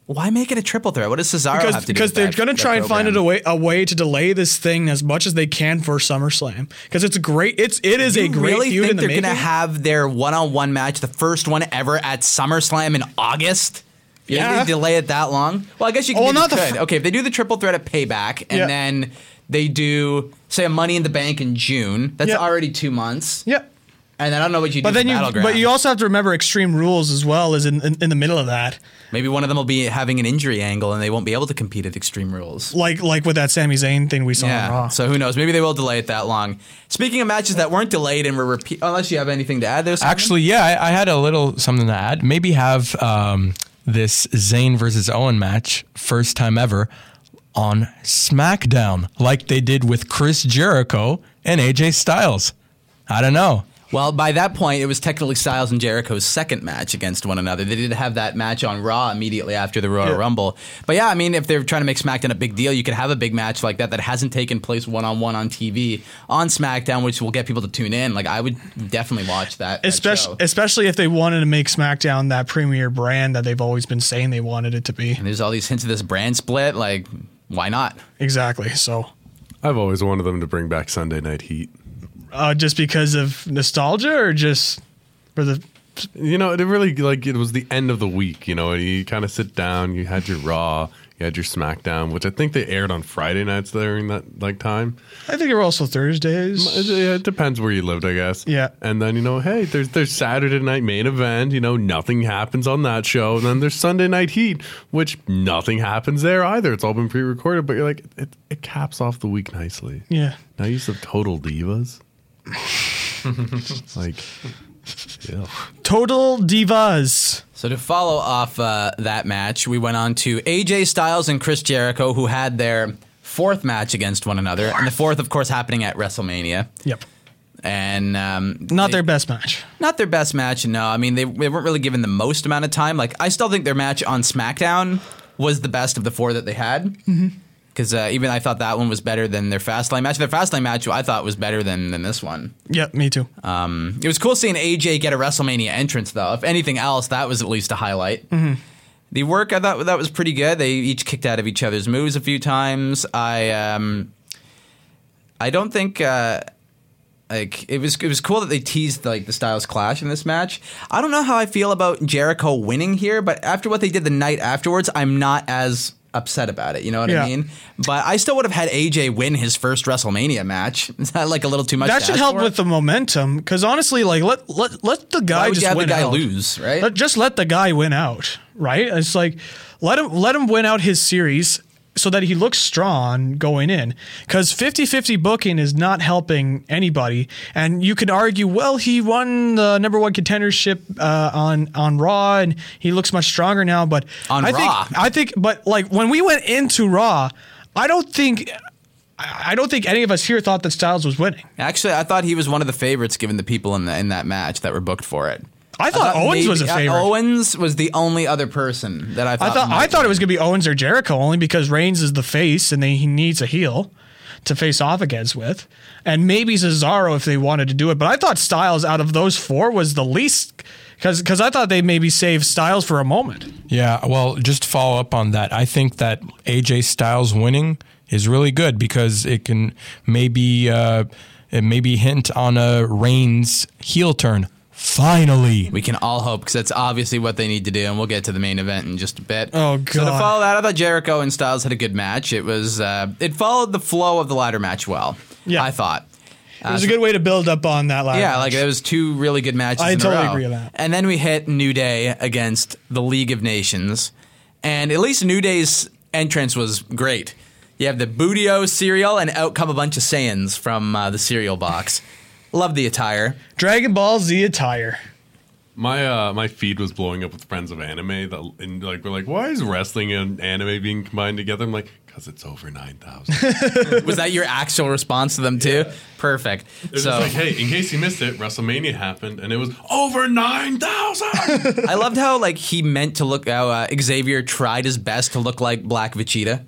Speaker 2: Why make it a triple threat? What does Cesaro
Speaker 1: because
Speaker 2: have to do?
Speaker 1: because
Speaker 2: with
Speaker 1: they're
Speaker 2: that-
Speaker 1: going to
Speaker 2: that
Speaker 1: try and find it
Speaker 2: program?
Speaker 1: a way a way to delay this thing as much as they can for SummerSlam because it's great. It's it is
Speaker 2: You
Speaker 1: a great
Speaker 2: really
Speaker 1: feud
Speaker 2: think
Speaker 1: in the
Speaker 2: they're
Speaker 1: making.
Speaker 2: gonna have their one-on-one match, the first one ever at SummerSlam in August? You think
Speaker 1: Yeah.
Speaker 2: they delay it that long. Well, I guess you can.
Speaker 1: Well,
Speaker 2: maybe
Speaker 1: not the
Speaker 2: could.
Speaker 1: fir-
Speaker 2: okay, if they do the triple threat at Payback, and
Speaker 1: Yeah.
Speaker 2: then they do say a Money in the Bank in June. That's
Speaker 1: Yeah.
Speaker 2: already two months.
Speaker 1: yeah.
Speaker 2: And then I don't know what you do.
Speaker 1: But then
Speaker 2: for
Speaker 1: you,
Speaker 2: Battleground.
Speaker 1: but you also have to remember Extreme Rules as well is in, in, in the middle of that,
Speaker 2: maybe one of them will be having an injury angle, and they won't be able to compete at Extreme Rules.
Speaker 1: like like with that Sami Zayn thing we saw. on Raw.
Speaker 2: Yeah. So who knows? Maybe they will delay it that long. Speaking of matches that weren't delayed and were repeat, unless you have anything to add, there. Simon?
Speaker 4: Actually, yeah, I, I had a little something to add. Maybe have um, this Zayn versus Owen match, first time ever, on SmackDown, like they did with Chris Jericho and AJ Styles. I don't know.
Speaker 2: Well, by that point, it was technically Styles and Jericho's second match against one another. They did have that match on Raw immediately after the Royal Rumble. But yeah, I mean, if they're trying to make SmackDown a big deal, you could have a big match like that that hasn't taken place one on one on TV on SmackDown, which will get people to tune in. Like, I would definitely watch that. that
Speaker 1: especially
Speaker 2: show.
Speaker 1: especially if they wanted to make SmackDown that premier brand that they've always been saying they wanted it to be.
Speaker 2: And there's all these hints of this brand split. Like, why not?
Speaker 1: Exactly. So
Speaker 3: I've always wanted them to bring back Sunday Night Heat.
Speaker 1: uh, just because of nostalgia, or just for the
Speaker 3: You know, it really like it was the end of the week. You know, you kind of sit down. You had your Raw, you had your SmackDown, which I think they aired on Friday nights during that like time.
Speaker 1: I think it were also Thursdays.
Speaker 3: It, yeah, it depends where you lived, I guess.
Speaker 1: Yeah.
Speaker 3: And then you know, hey, there's there's Saturday night main event. You know, nothing happens on that show. And then there's Sunday night heat, which nothing happens there either. It's all been pre-recorded, but you're like, it, it caps off the week nicely.
Speaker 1: Yeah.
Speaker 3: Now use of total divas. like, yeah.
Speaker 1: Total divas.
Speaker 2: So to follow off uh, that match, we went on to AJ Styles and Chris Jericho, who had their fourth match against one another, and the fourth, of course, happening at WrestleMania.
Speaker 1: Yep.
Speaker 2: And um,
Speaker 1: Not
Speaker 2: they-
Speaker 1: their best match.
Speaker 2: not their best match. No, I mean they, they weren't really given the most amount of time. Like I still think their match on SmackDown was the best of the four that they had.
Speaker 1: Mm-hmm.
Speaker 2: Because uh, even I thought that one was better than their Fastlane match. Their Fastlane match I thought was better than than this one.
Speaker 1: Yep. Me too.
Speaker 2: Uh, Um, It was cool seeing AJ get a WrestleMania entrance, though. If anything else, that was at least a highlight.
Speaker 1: Mm-hmm.
Speaker 2: The work I thought that was pretty good. They each kicked out of each other's moves a few times. I um, I don't think uh, like it was it was cool that they teased like the Styles clash in this match. I don't know how I feel about Jericho winning here, but after what they did the night afterwards, I'm not as upset about it. You know what I
Speaker 1: Yeah.
Speaker 2: mean? But I still would have had AJ win his first WrestleMania match. Is that like a little too much?
Speaker 1: that
Speaker 2: to
Speaker 1: should
Speaker 2: ask
Speaker 1: help
Speaker 2: for?
Speaker 1: with the momentum, because honestly, like let let let the guy
Speaker 2: Why would
Speaker 1: just
Speaker 2: you have the
Speaker 1: win
Speaker 2: guy
Speaker 1: out.
Speaker 2: lose, right?
Speaker 1: Let, just let the guy win out, right? It's like let him let him win out his series, so that he looks strong going in because 50-50 booking is not helping anybody and you could argue well he won the number one contendership uh, on on raw and he looks much stronger now but
Speaker 2: On
Speaker 1: i
Speaker 2: Raw.
Speaker 1: think i think but like when we went into raw i don't think i I don't think any of us here thought that styles was winning
Speaker 2: Actually, I thought he was one of the favorites given the people in the, in that match that were booked for it.
Speaker 1: i thought, owens
Speaker 2: maybe-
Speaker 1: was a
Speaker 2: uh,
Speaker 1: favorite
Speaker 2: Owens was the only other person that I thought.
Speaker 1: I thought I
Speaker 2: might-
Speaker 1: thought it was gonna be Owens or Jericho only because Reigns is the face and they, he needs a heel to face off against with, and maybe Cesaro if they wanted to do it. But I thought Styles out of those four was the least because because I thought they maybe saved Styles for a moment.
Speaker 4: Yeah, well, just to follow up on that, I think that AJ Styles winning is really good because it can maybe uh, it maybe hint on a Reigns heel turn. Finally,
Speaker 2: We can all hope because that's obviously what they need to do, and we'll get to the main event in just a bit.
Speaker 1: Oh,
Speaker 2: So to
Speaker 1: God.
Speaker 2: follow that, I thought Jericho and Styles had a good match. It was uh, it followed the flow of the ladder match well.
Speaker 1: Yeah.
Speaker 2: I thought.
Speaker 1: It was a good way to build up on that last.
Speaker 2: Uh, Yeah, like it was two really good matches.
Speaker 1: I
Speaker 2: in a
Speaker 1: totally
Speaker 2: row.
Speaker 1: agree with that.
Speaker 2: And then we hit New Day against the League of Nations, and at least New Day's entrance was great. You have the Budio cereal, and out come a bunch of Saiyans from uh, the cereal box. Love the attire.
Speaker 1: Dragon Ball Z attire.
Speaker 3: My uh, my feed was blowing up with friends of anime that and like we're like, why is wrestling and anime being combined together? I'm like, because it's over nine thousand.
Speaker 2: Was that your actual response to them too? Perfect.
Speaker 3: It's
Speaker 2: so
Speaker 3: just like, hey, in case you missed it, WrestleMania happened and it was over nine thousand.
Speaker 2: I loved how like he meant to look how uh, Xavier tried his best to look like Black Vegeta.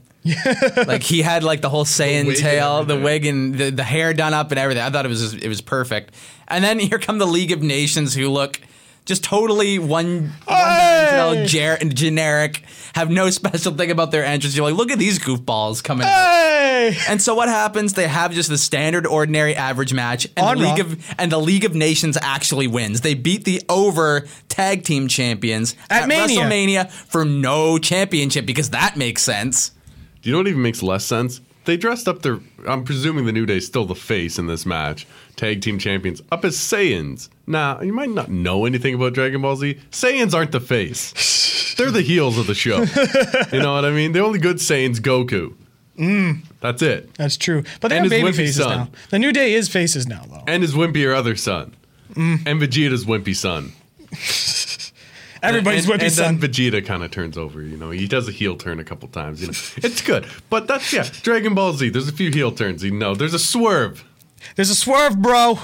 Speaker 2: like he had like the whole Saiyan
Speaker 3: wig and
Speaker 2: tail, the
Speaker 3: everything.
Speaker 2: wig and the, the hair done up and everything. I thought it was just, it was perfect. And then here come the League of Nations who look just totally one, one ger- generic, have no special thing about their entrance. You're like, look at these goofballs coming. out.
Speaker 1: Hey,
Speaker 2: And so what happens? They have just the standard, ordinary, average match, and
Speaker 1: On
Speaker 2: the
Speaker 1: Raw.
Speaker 2: League of and the League of Nations actually wins. They beat the over tag team champions
Speaker 1: At Mania.
Speaker 2: WrestleMania for no championship because that makes sense.
Speaker 3: Do you know what even makes less sense? They dressed up their. I'm presuming the New Day's still the face in this match. Tag team champions up as Saiyans. Now you might not know anything about Dragon Ball Z. Saiyans aren't the face. They're the heels of the show. you know what I mean? The only good Saiyan's Goku. That's it.
Speaker 1: that's true. But they
Speaker 3: And
Speaker 1: have
Speaker 3: his
Speaker 1: baby
Speaker 3: wimpy
Speaker 1: faces
Speaker 3: son.
Speaker 1: now. The New Day is faces now though.
Speaker 3: And his wimpy or other son. And Vegeta's wimpy son.
Speaker 1: Everybody's
Speaker 3: and,
Speaker 1: wimpy
Speaker 3: and
Speaker 1: son.
Speaker 3: then Vegeta kind of turns over. You know, he does a heel turn a couple times. You know, it's good. But that's yeah, Dragon Ball Z. There's a few heel turns. You know, there's a swerve.
Speaker 1: There's a swerve, bro.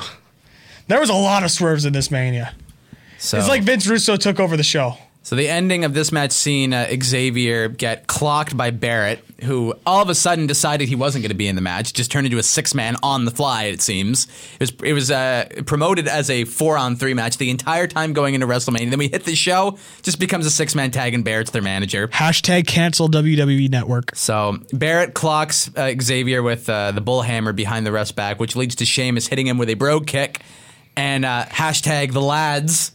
Speaker 1: There was a lot of swerves in this mania.
Speaker 2: So
Speaker 1: It's like Vince Russo took over the show.
Speaker 2: so the ending of this match scene uh, Xavier get clocked by Barrett, who all of a sudden decided he wasn't going to be in the match, just turned into a six man on the fly. It seems it was it was uh, promoted as a four on three match the entire time going into WrestleMania. Then we hit the show, just becomes a six man tag, and Barrett's their manager.
Speaker 1: Hashtag cancel WWE Network.
Speaker 2: So Barrett clocks uh, Xavier with uh, the bull hammer behind the ref's back, which leads to Sheamus hitting him with a brogue kick, and uh, hashtag the lads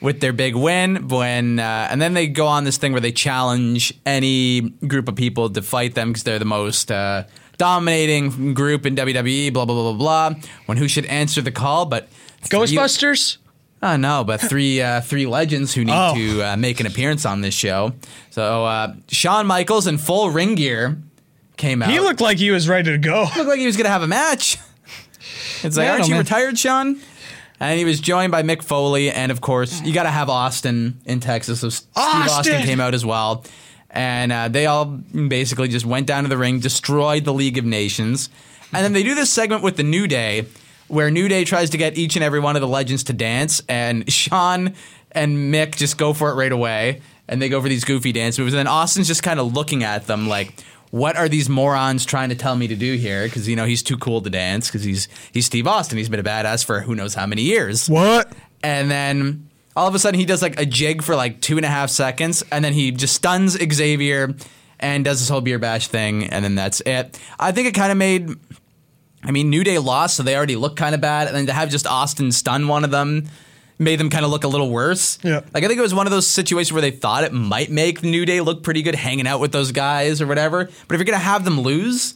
Speaker 2: with their big win. When uh, and then they go on this thing where they challenge any group of people to fight them because they're the most uh, dominating group in WWE. Blah blah blah blah blah. When who should answer the call? But
Speaker 1: Ghostbusters?
Speaker 2: Oh no, but three uh, three legends who need
Speaker 1: Oh.
Speaker 2: to uh, make an appearance on this show. So uh, Shawn Michaels in full ring gear came out.
Speaker 1: He looked like he was ready to go.
Speaker 2: looked like he was gonna have a match. It's like,
Speaker 1: Man,
Speaker 2: aren't
Speaker 1: oh,
Speaker 2: you
Speaker 1: man.
Speaker 2: retired, Shawn? And he was joined by Mick Foley, and of course, you got to have Austin in Texas. So Steve Austin
Speaker 1: Austin!
Speaker 2: came out as well, and uh, they all basically just went down to the ring, destroyed the League of Nations, and then they do this segment with the New Day, where New Day tries to get each and every one of the legends to dance, and Shawn and Mick just go for it right away, and they go for these goofy dance moves, and then Austin's just kind of looking at them like. What are these morons trying to tell me to do here? Because you know he's too cool to dance. Because he's he's Steve Austin. He's been a badass for who knows how many years
Speaker 1: What?
Speaker 2: and then all of a sudden he does like a jig for like two and a half seconds, and then he just stuns Xavier and does this whole beer bash thing, and then that's it. I think it kind of made. I mean, New Day lost, so they already look kind of bad, and then to have just Austin stun one of them made them kind of look a little worse.
Speaker 1: Yeah.
Speaker 2: Like I think it was one of those situations where they thought it might make New Day look pretty good hanging out with those guys or whatever. But if you're gonna have them lose,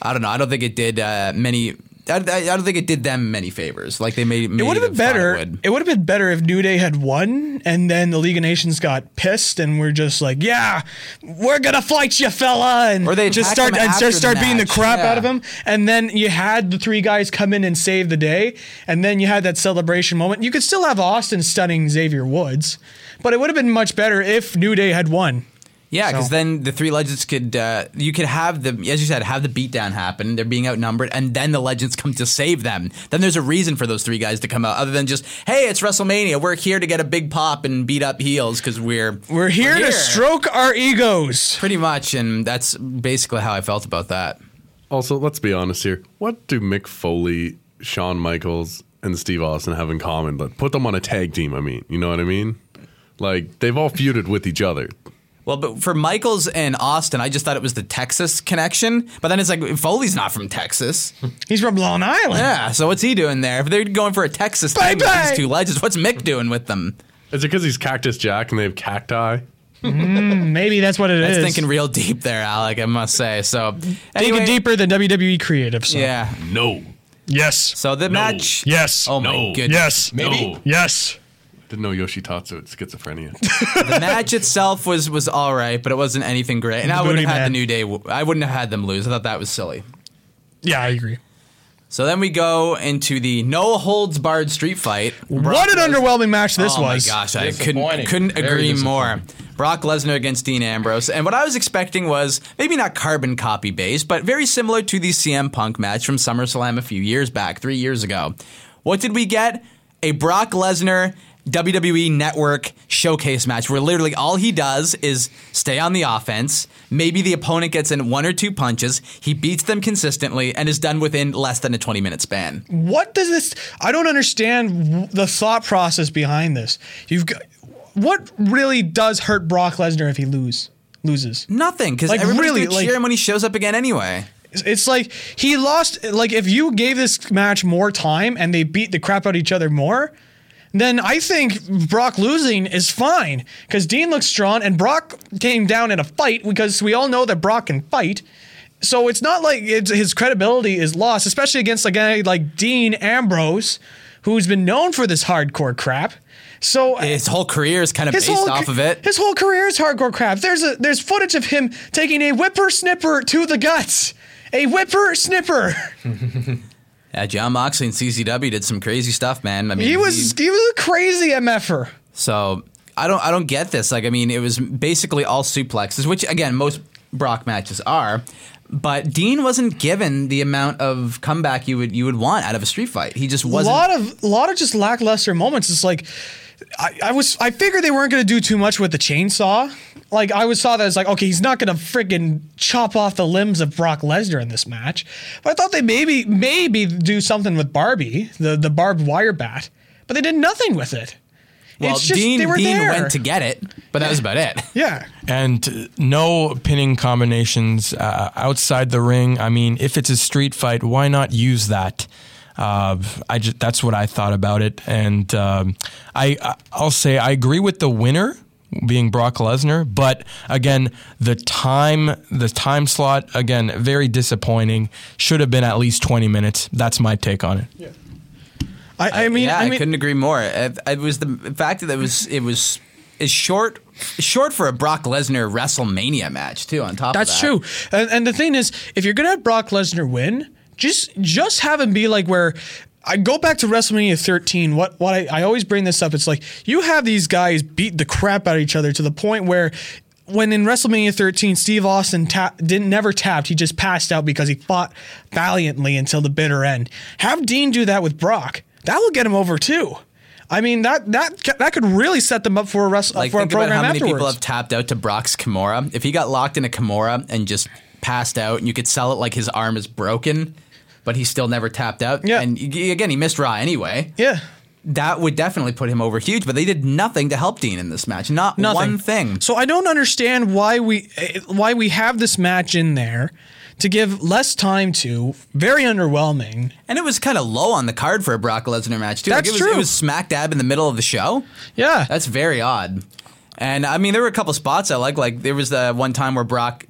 Speaker 2: I don't know. I don't think it did uh, many I, I, I don't think it did them many favors. Like they made, made
Speaker 1: It would have been
Speaker 2: thought it
Speaker 1: better.
Speaker 2: would.
Speaker 1: It would have been better if New Day had won, and then the League of Nations got pissed, and we're just like, "Yeah, we're gonna fight you, fella," and
Speaker 2: Or they
Speaker 1: just
Speaker 2: attack
Speaker 1: start
Speaker 2: them
Speaker 1: and
Speaker 2: after
Speaker 1: just start
Speaker 2: the
Speaker 1: beating the
Speaker 2: match,
Speaker 1: crap out of
Speaker 2: yeah.
Speaker 1: him. And then you had the three guys come in and save the day, and then you had that celebration moment. You could still have Austin stunning Xavier Woods, but it would have been much better if New Day had won.
Speaker 2: Yeah, because
Speaker 1: So-
Speaker 2: then the three legends could uh, you could have the as you said have the beatdown happen. They're being outnumbered, and then the legends come to save them. Then there's a reason for those three guys to come out, other than just hey, it's WrestleMania. We're here to get a big pop and beat up heels because we're
Speaker 1: We're here to stroke our egos.
Speaker 2: pretty much, and that's basically how I felt about that.
Speaker 3: Also, let's be honest here. What do Mick Foley, Shawn Michaels, and Steve Austin have in common? Like, put them on a tag team. I mean, you know what I mean? Like they've all feuded with each other.
Speaker 2: Well, but for Michaels and Austin, I just thought it was the Texas connection, but then it's like Foley's not from Texas.
Speaker 1: He's from Long Island.
Speaker 2: Yeah, so what's he doing there? If they're going for a Texas thing with
Speaker 1: Bye-bye.
Speaker 2: these two legends, what's Mick doing with them?
Speaker 3: Is it because he's Cactus Jack and they have cacti?
Speaker 1: Hmm, Maybe that's what it is.
Speaker 2: It's thinking real deep there, Alec. I must say. So
Speaker 1: Digging
Speaker 2: anyway,
Speaker 1: deeper than WWE creative. So.
Speaker 2: Yeah.
Speaker 3: No.
Speaker 1: Yes.
Speaker 2: So the match.
Speaker 1: Yes.
Speaker 2: Oh my
Speaker 3: No.
Speaker 2: goodness.
Speaker 3: No.
Speaker 1: Yes.
Speaker 3: Didn't know Yoshitatsu had schizophrenia.
Speaker 2: The match itself was was all right, but it wasn't anything great. And I wouldn't
Speaker 1: booty
Speaker 2: have had
Speaker 1: man.
Speaker 2: the new day. w- I wouldn't have had them lose. I thought that was silly.
Speaker 1: Yeah, I agree.
Speaker 2: So then we go into the no holds barred street fight.
Speaker 1: what an underwhelming match this
Speaker 2: oh
Speaker 1: was.
Speaker 2: my gosh, I couldn't
Speaker 5: Disappointing.
Speaker 2: couldn't
Speaker 5: Very
Speaker 2: agree
Speaker 5: disappointing.
Speaker 2: more. Brock Lesnar against Dean Ambrose, and what I was expecting was maybe not carbon copy based, but very similar to the CM Punk match from SummerSlam a few years back, three years ago. What did we get? A Brock Lesnar WWE Network showcase match where literally all he does is stay on the offense. Maybe the opponent gets in one or two punches. He beats them consistently and is done within less than a 20 minute span.
Speaker 1: What does this? I don't understand w- the thought process behind this. You've got, what really does hurt Brock Lesnar if he lose loses?
Speaker 2: Nothing, because
Speaker 1: Like,
Speaker 2: everybody's
Speaker 1: really,
Speaker 2: gonna
Speaker 1: like-
Speaker 2: cheer him when he shows up again anyway.
Speaker 1: It's- It's like he lost. Like if you gave this match more time and they beat the crap out of each other more, then I think Brock losing is fine because Dean looks strong and Brock came down in a fight because we all know that Brock can fight. So it's not like it's, his credibility is lost, especially against a guy like Dean Ambrose, who's been known for this hardcore crap. So
Speaker 2: His whole career is kind of based off
Speaker 1: ca-
Speaker 2: of it.
Speaker 1: His whole career is hardcore crap. There's a there's footage of him taking a whippersnipper to the guts. A whippersnipper.
Speaker 2: Yeah, John Moxley and CCW did some crazy stuff, man. I mean,
Speaker 1: He was he was a crazy er. mf'er.
Speaker 2: so I don't I don't get this. Like, I mean, it was basically all suplexes, which again most Brock matches are. But Dean wasn't given the amount of comeback you would you would want out of a street fight. He just
Speaker 1: A
Speaker 2: wasn't.
Speaker 1: lot of a lot of just lackluster moments. It's like I, I was I figured they weren't gonna do too much with the chainsaw. Like I was saw that as like okay he's not gonna freaking chop off the limbs of Brock Lesnar in this match, but I thought they maybe maybe do something with Barbie the the barbed wire bat, but they did nothing with it.
Speaker 2: well,
Speaker 1: it's just
Speaker 2: Dean,
Speaker 1: they were
Speaker 2: Dean
Speaker 1: there.
Speaker 2: went to get it, but that was about it.
Speaker 1: Yeah.
Speaker 4: and uh, no pinning combinations uh, outside the ring. I mean, if it's a street fight, why not use that? Uh, I ju- that's what I thought about it, and um, I I- I'll say I agree with the winner being Brock Lesnar, but again, the time the time slot again very disappointing. Should have been at least twenty minutes. That's my take on it.
Speaker 1: I, I mean,
Speaker 2: yeah, I,
Speaker 1: I mean,
Speaker 2: couldn't agree more. It, it was the fact that it was it was is short short for a Brock Lesnar WrestleMania match too. On top
Speaker 1: that's
Speaker 2: of that.
Speaker 1: true. And, and the thing is, if you're gonna have Brock Lesnar win, just just have him be like where. I go back to WrestleMania 13. What what I, I always bring this up. It's like you have these guys beat the crap out of each other to the point where, when in WrestleMania 13, Steve Austin ta- didn't never tapped. He just passed out because he fought valiantly until the bitter end. Have Dean do that with Brock. That will get him over too. I mean that that that could really set them up for a wrestle
Speaker 2: Like
Speaker 1: for a
Speaker 2: think about
Speaker 1: program
Speaker 2: how many
Speaker 1: afterwards.
Speaker 2: people have tapped out to Brock's Kimura. If he got locked in a Kimura and just passed out, and you could sell it like his arm is broken, but he still never tapped out.
Speaker 1: Yeah.
Speaker 2: And y- again, he missed Raw anyway.
Speaker 1: yeah.
Speaker 2: That would definitely put him over huge. But they did nothing to help Dean in this match. Not
Speaker 1: Nothing.
Speaker 2: one thing.
Speaker 1: So I don't understand why we eh, why we have this match in there to give less time to. Very underwhelming.
Speaker 2: And it was kind of low on the card for a Brock Lesnar match too.
Speaker 1: That's
Speaker 2: it was,
Speaker 1: true.
Speaker 2: It was smack dab in the middle of the show.
Speaker 1: Yeah.
Speaker 2: That's very odd. And I mean, there were a couple spots I like. Like there was the one time where Brock,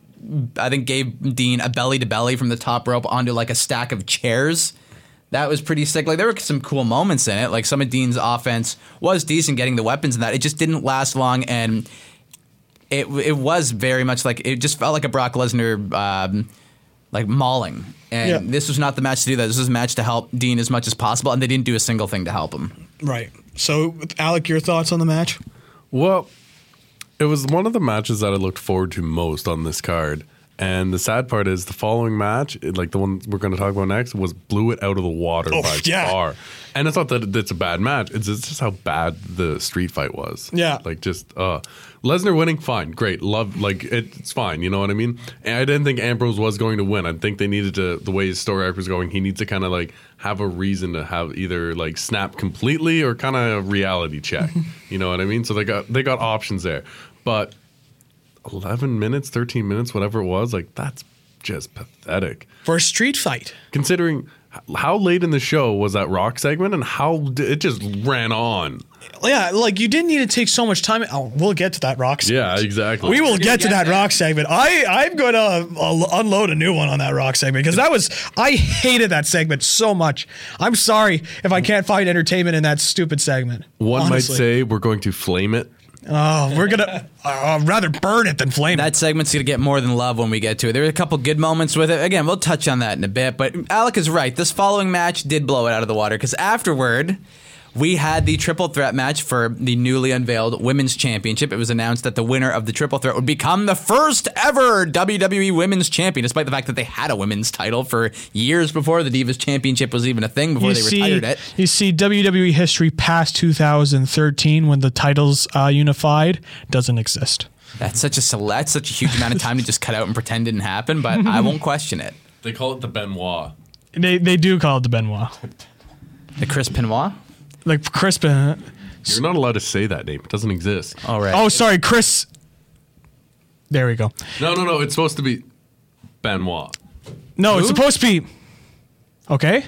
Speaker 2: I think, gave Dean a belly to belly from the top rope onto like a stack of chairs. that was pretty sick. Like there were some cool moments in it. Like some of Dean's offense was decent, getting the weapons and that. It just didn't last long, and it it was very much like it just felt like a Brock Lesnar um, like mauling. And
Speaker 5: Yeah.
Speaker 2: this was not the match to do that. This was a match to help Dean as much as possible, and they didn't do a single thing to help him.
Speaker 5: Right. So, Alec, your thoughts on the match?
Speaker 3: Well, it was one of the matches that I looked forward to most on this card. And the sad part is the following match, it- like the one we're going to talk about next, was blew it out of the water
Speaker 5: Oh,
Speaker 3: by
Speaker 5: yeah.
Speaker 3: far. And it's not that it's a bad match; it's it's just how bad the street fight was.
Speaker 5: Yeah.
Speaker 3: like just uh, Lesnar winning, fine, great, love, like it, it's fine. You know what I mean? And I didn't think Ambrose was going to win. I think they needed to the way his story arc was going. He needs to kind of like have a reason to have either like snap completely or kind of reality check. you know what I mean? So they got they got options there, but 11 minutes, 13 minutes, whatever it was, like that's just pathetic.
Speaker 5: For a street fight.
Speaker 3: Considering h- how late in the show was that rock segment and how d- it just ran on.
Speaker 5: Yeah, like you didn't need to take so much time. Oh, we'll get to that rock
Speaker 3: Yeah,
Speaker 5: segment.
Speaker 3: exactly.
Speaker 5: We will get to
Speaker 2: get
Speaker 5: that rock segment. I I'm gonna uh, unload a new one on that rock segment because that was I hated that segment so much. I'm sorry if I can't find entertainment in that stupid segment.
Speaker 3: One
Speaker 5: honestly.
Speaker 3: might say we're going to flame it.
Speaker 5: oh, we're gonna uh, rather burn it than flame it.
Speaker 2: That segment's going to get more than love when we get to it. There were a couple good moments with it. Again, we'll touch on that in a bit. But Alec is right. This following match did blow it out of the water because afterward, we had the triple threat match for the newly unveiled Women's Championship. It was announced that the winner of the triple threat would become the first ever WWE Women's Champion, despite the fact that they had a women's title for years before the Divas Championship was even a thing before
Speaker 1: You
Speaker 2: they
Speaker 1: see,
Speaker 2: retired it.
Speaker 1: you see WWE history past 2013 when the titles uh, unified doesn't exist.
Speaker 2: That's such a cele- that's such a huge amount of time to just cut out and pretend didn't happen, but I won't question it.
Speaker 3: They call it the Benoit.
Speaker 1: They they do call it the Benoit,
Speaker 2: The Chris Pinois?
Speaker 1: like Chris. Ben-
Speaker 3: You're not allowed to say that name. It doesn't exist.
Speaker 2: All right.
Speaker 1: oh, sorry, Chris. There we go.
Speaker 3: No, no, no. It's supposed to be Benoit.
Speaker 1: No, it's supposed to be. Okay.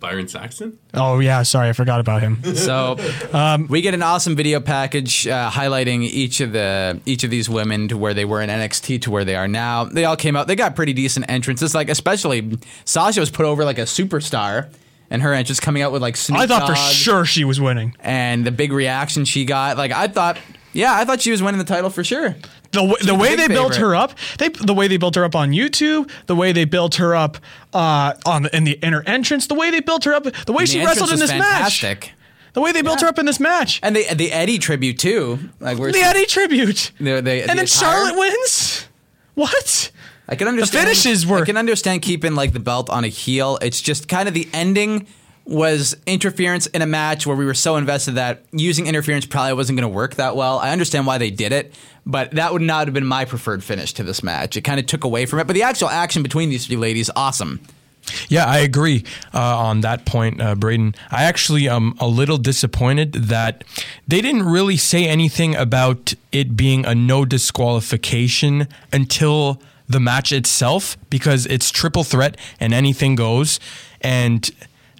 Speaker 3: Byron Saxon?
Speaker 1: Oh yeah, sorry, I forgot about him.
Speaker 2: So
Speaker 1: Um,
Speaker 2: we get an awesome video package uh, highlighting each of the each of these women to where they were in NXT to where they are now. They all came out. They got pretty decent entrances. Like especially Sasha was put over like a superstar, and her entrance coming out with like Snoop
Speaker 1: I thought for
Speaker 2: Dogg
Speaker 1: sure she was winning.
Speaker 2: and the big reaction she got. Like I thought, yeah, I thought she was winning the title for sure.
Speaker 1: The w- the way
Speaker 2: big
Speaker 1: they built
Speaker 2: favorite.
Speaker 1: her up, they the way they built her up on YouTube, the way they built her up uh, on the, in the inner entrance, the way they built her up, the way
Speaker 2: And
Speaker 1: she
Speaker 2: the
Speaker 1: wrestled in
Speaker 2: entrance
Speaker 1: this
Speaker 2: was
Speaker 1: match,
Speaker 2: fantastic.
Speaker 1: the way they built her up in this match,
Speaker 2: and the the Eddie tribute too. Like where's
Speaker 1: the Eddie tribute,
Speaker 2: The- the-
Speaker 1: and then
Speaker 2: the
Speaker 1: Charlotte
Speaker 2: attire?
Speaker 1: wins. What?
Speaker 2: I can understand
Speaker 1: finishes were-
Speaker 2: I can understand keeping like the belt on a heel. It's just kind of the ending was interference in a match where we were so invested that using interference probably wasn't going to work that well. I understand why they did it, but that would not have been my preferred finish to this match. It kind of took away from it, but the actual action between these three ladies, awesome.
Speaker 4: Yeah, I agree uh, on that point, uh, Braden. I actually am a little disappointed that they didn't really say anything about it being a no disqualification until the match itself, because it's triple threat and anything goes. And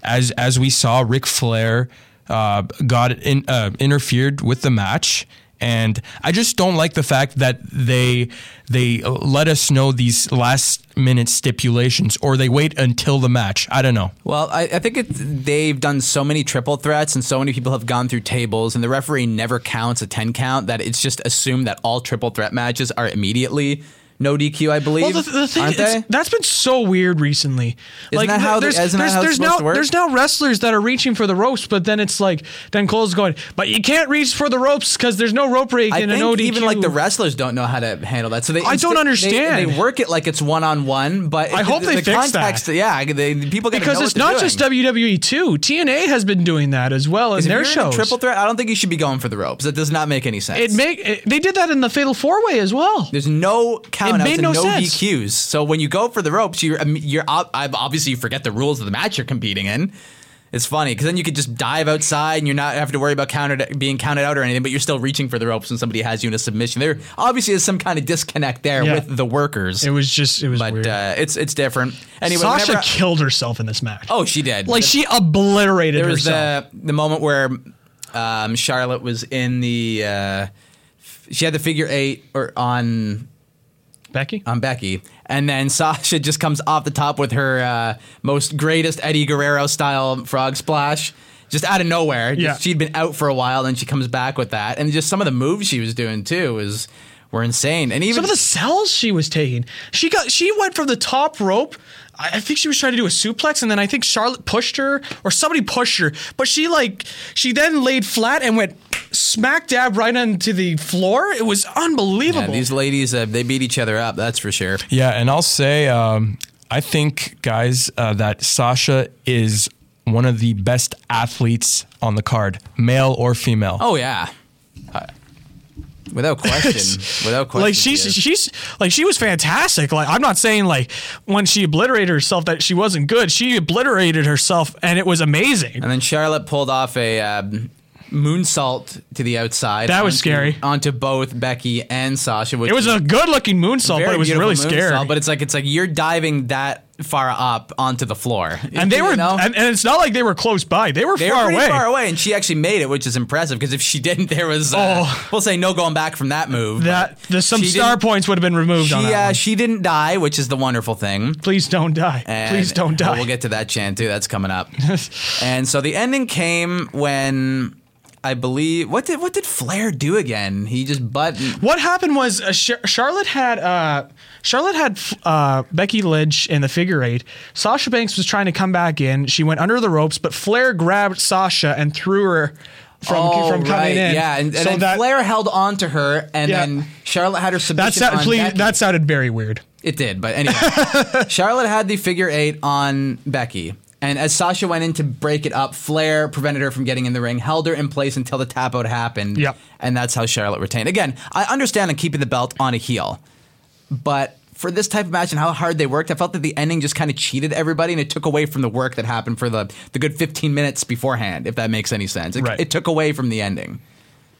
Speaker 4: as as we saw, Ric Flair uh, got in, uh, interfered with the match. And I just don't like the fact that they they uh, let us know these last minute stipulations, or they wait until the match. I don't know.
Speaker 2: Well, I, I think it's, they've done so many triple threats, and so many people have gone through tables, and the referee never counts a ten count. That it's just assumed that all triple threat matches are immediately no DQ. I believe.
Speaker 1: Well, the, the thing
Speaker 2: aren't
Speaker 1: it's-
Speaker 2: they?
Speaker 1: that's been so weird recently. like
Speaker 2: that how-
Speaker 1: there's
Speaker 2: isn't that
Speaker 1: there's,
Speaker 2: how it's
Speaker 1: there's
Speaker 2: supposed
Speaker 1: now
Speaker 2: to work?
Speaker 1: there's now wrestlers that are reaching for the ropes, but then it's like then Cole's going, but you can't reach for the ropes because there's no rope break
Speaker 2: I
Speaker 1: in an
Speaker 2: think
Speaker 1: ODQ.
Speaker 2: even like the wrestlers don't know how to handle that. So they
Speaker 1: I don't
Speaker 2: insta- they- They,
Speaker 1: understand.
Speaker 2: work it like it's one on one, but
Speaker 1: I
Speaker 2: it-
Speaker 1: hope
Speaker 2: the,
Speaker 1: they
Speaker 2: the
Speaker 1: fix that.
Speaker 2: context, Yeah, they, the people gotta
Speaker 1: because
Speaker 2: know
Speaker 1: it's
Speaker 2: what they're
Speaker 1: not just
Speaker 2: doing.
Speaker 1: WWE too. TNA has been doing that as well in
Speaker 2: If
Speaker 1: their
Speaker 2: you're in a
Speaker 1: shows.
Speaker 2: triple threat. I don't think you should be going for the ropes. That does not make any sense.
Speaker 1: it make it, they did that in the Fatal Four Way as well.
Speaker 2: There's no count
Speaker 1: made
Speaker 2: and
Speaker 1: no
Speaker 2: no,
Speaker 1: sense.
Speaker 2: DQs. So when you go for the ropes, you're um, you're ob- ob- obviously you forget the rules of the match you're competing in. It's funny because then you could just dive outside and you're not have to worry about counted being counted out or anything, but you're still reaching for the ropes when somebody has you in a submission. There obviously is some kind of disconnect there
Speaker 1: Yeah.
Speaker 2: with the workers,
Speaker 1: It was just it was
Speaker 2: but
Speaker 1: weird.
Speaker 2: uh, it's it's different. Anyway,
Speaker 1: Sasha
Speaker 2: whenever I-
Speaker 1: killed herself in this match.
Speaker 2: oh, she did.
Speaker 1: like
Speaker 2: The-
Speaker 1: she obliterated
Speaker 2: there was
Speaker 1: herself.
Speaker 2: the the moment where um, Charlotte was in the uh, f- she had the figure eight or on
Speaker 1: Becky?
Speaker 2: on Becky. And then Sasha just comes off the top with her uh, most greatest Eddie Guerrero style frog splash. Just out of nowhere.
Speaker 1: Yeah.
Speaker 2: She'd been out for a while and she comes back with that. And just some of the moves she was doing too was were insane. And even
Speaker 1: Some of the cells she was taking. She got she went from the top rope. I I think she was trying to do a suplex, and then I think Charlotte pushed her or somebody pushed her. But she like she then laid flat and went smack dab right onto the floor. It was
Speaker 2: Yeah,
Speaker 1: unbelievable.
Speaker 2: these ladies uh, they beat each other up, that's for sure.
Speaker 4: Yeah, and I'll say, um, I think, guys, uh, that Sasha is one of the best athletes on the card, male or female.
Speaker 2: Oh yeah. Uh, Without question. without question.
Speaker 1: like
Speaker 2: she
Speaker 1: she's
Speaker 2: is.
Speaker 1: she's like she was fantastic. Like I'm not saying like when she obliterated herself that she wasn't good. She obliterated herself and it was amazing.
Speaker 2: And then Charlotte pulled off a um, moonsault to the outside.
Speaker 1: That was
Speaker 2: onto-
Speaker 1: scary.
Speaker 2: Onto both Becky and Sasha. Which
Speaker 1: It was a good looking moonsault, but it was
Speaker 2: beautiful
Speaker 1: really
Speaker 2: moonsault,
Speaker 1: scary.
Speaker 2: But it's like it's like you're diving that far up onto the floor,
Speaker 1: and they
Speaker 2: You
Speaker 1: were,
Speaker 2: know?
Speaker 1: and, and it's not like they were close by. They were
Speaker 2: they
Speaker 1: far
Speaker 2: were pretty
Speaker 1: away.
Speaker 2: far away, and she actually made it, which is impressive. Because if she didn't, there was uh,
Speaker 1: Oh.
Speaker 2: we'll say no going back from that move.
Speaker 1: That the, some
Speaker 2: She
Speaker 1: star
Speaker 2: didn't-
Speaker 1: points would have been removed
Speaker 2: She
Speaker 1: on that.
Speaker 2: uh,
Speaker 1: one.
Speaker 2: she didn't die, which is the wonderful thing.
Speaker 1: Please don't die.
Speaker 2: And
Speaker 1: Please don't
Speaker 2: uh,
Speaker 1: die.
Speaker 2: We'll get to that chant too. That's coming up. and so the ending came when I believe what did what did Flair do again? He just button.
Speaker 1: what happened was uh, Char- Charlotte had uh, Charlotte had uh, Becky Lynch in the figure eight. Sasha Banks was trying to come back in. She went under the ropes, but Flair grabbed Sasha and threw her from
Speaker 2: Oh,
Speaker 1: from coming
Speaker 2: right.
Speaker 1: in.
Speaker 2: Yeah, and, and
Speaker 1: So
Speaker 2: then
Speaker 1: that-
Speaker 2: Flair held on to her, and
Speaker 1: Yeah.
Speaker 2: then Charlotte had her submission.
Speaker 1: That, sound,
Speaker 2: on
Speaker 1: please,
Speaker 2: Becky.
Speaker 1: that sounded very weird.
Speaker 2: It did, but anyway, Charlotte had the figure eight on Becky. And as Sasha went in to break it up, Flair prevented her from getting in the ring, held her in place until the tap out happened.
Speaker 1: Yep.
Speaker 2: And that's how Charlotte retained. Again, I understand I'm keeping the belt on a heel, but for this type of match and how hard they worked, I felt that the ending just kind of cheated everybody and it took away from the work that happened for the, the good 15 minutes beforehand, if that makes any sense. It,
Speaker 1: Right.
Speaker 2: it took away from the ending.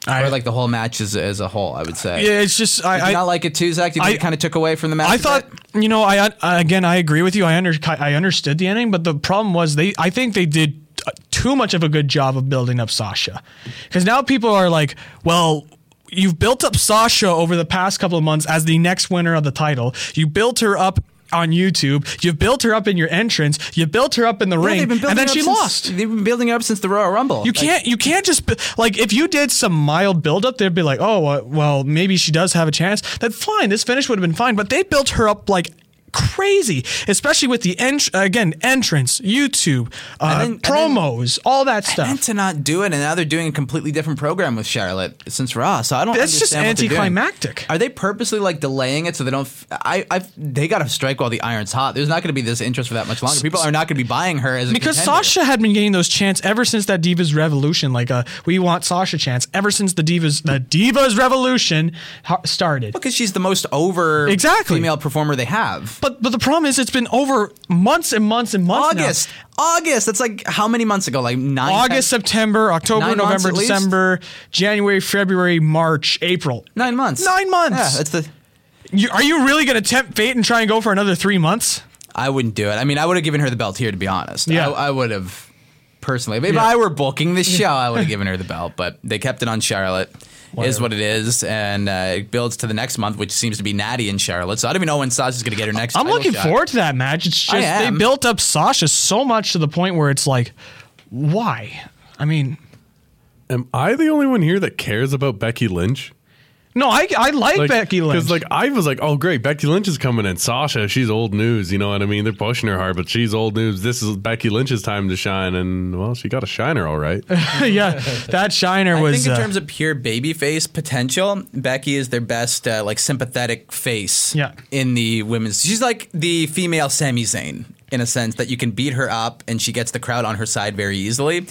Speaker 2: or like the whole match as, as a whole, I would say.
Speaker 1: Yeah, it's just
Speaker 2: Did you
Speaker 1: I,
Speaker 2: not
Speaker 1: I,
Speaker 2: like it too, Zach? Do you
Speaker 1: I-
Speaker 2: think it kind of took away from the match?
Speaker 1: I
Speaker 2: a
Speaker 1: thought
Speaker 2: bit?
Speaker 1: you know I I- again I agree with you. I under I understood the ending, but the problem was they I think they did uh, too much of a good job of building up Sasha, because now people are like, well. You've built up Sasha over the past couple of months as the next winner of the title. You built her up on YouTube. You've built her up in your entrance. You built her up in the
Speaker 2: Yeah,
Speaker 1: ring,
Speaker 2: they've been building
Speaker 1: and then
Speaker 2: up
Speaker 1: she
Speaker 2: since-
Speaker 1: lost.
Speaker 2: They've been building it up since the Royal Rumble.
Speaker 1: You can't. You can't just b- like if you did some mild buildup, they'd be like, oh, uh, well, maybe she does have a chance. Then fine, this finish would have been fine. But they built her up like crazy, especially with the ent- again entrance, YouTube, uh,
Speaker 2: then- and then-
Speaker 1: promos, all that stuff.
Speaker 2: and to not do it, and now they're doing a completely different program with Charlotte since Raw. So I don't.
Speaker 1: That's just
Speaker 2: understand what they're doing.
Speaker 1: anticlimactic.
Speaker 2: Are they purposely like delaying it so they don't? F- I, I, they got to strike while the iron's hot. There's not going to be this interest for that much longer. People are not going to be buying her as a
Speaker 1: because
Speaker 2: contender.
Speaker 1: Sasha had been getting those chants ever since that Divas Revolution, like uh, we want Sasha chants ever since the Divas the Divas Revolution ho- started.
Speaker 2: because she's the most over
Speaker 1: Exactly.
Speaker 2: female performer they have.
Speaker 1: But but the problem is it's been over months and months and months. now.
Speaker 2: August, August. That's like how many months ago? Like nine.
Speaker 1: August,
Speaker 2: ten-
Speaker 1: September, October,
Speaker 2: Nine months
Speaker 1: November,
Speaker 2: at least?
Speaker 1: December, January, February, March, April.
Speaker 2: Nine months.
Speaker 1: Nine months.
Speaker 2: Yeah, that's the.
Speaker 1: You, are you really going to tempt fate and try and go for another three months?
Speaker 2: I wouldn't do it. I mean, I would have given her the belt here, to be honest.
Speaker 1: Yeah.
Speaker 2: I, I would have personally. If I were booking the show, I would have given her the belt, but they kept it on Charlotte. Is what it is, and uh, it builds to the next month, which seems to be Natty and Charlotte. So I don't even know when Sasha's going to get her next.
Speaker 1: I'm
Speaker 2: title
Speaker 1: looking
Speaker 2: shot.
Speaker 1: forward to that match. It's
Speaker 2: I
Speaker 1: just they
Speaker 2: am.
Speaker 1: built up Sasha so much to the point where it's like, why? I mean,
Speaker 3: Am I the only one here that cares about Becky Lynch?
Speaker 1: no, I, I like, Becky Lynch.
Speaker 3: Because like I was like, oh great, Becky Lynch is coming in. Sasha, she's old news. You know what I mean? They're pushing her hard, but she's old news. This is Becky Lynch's time to shine, and well, she got a shiner all right.
Speaker 1: yeah, that Shiner
Speaker 2: I
Speaker 1: was.
Speaker 2: think in
Speaker 1: uh,
Speaker 2: terms of pure babyface potential, Becky is their best uh, like sympathetic face.
Speaker 1: Yeah.
Speaker 2: In the women's, she's like the female Sami Zayn in a sense that you can beat her up and she gets the crowd on her side very easily.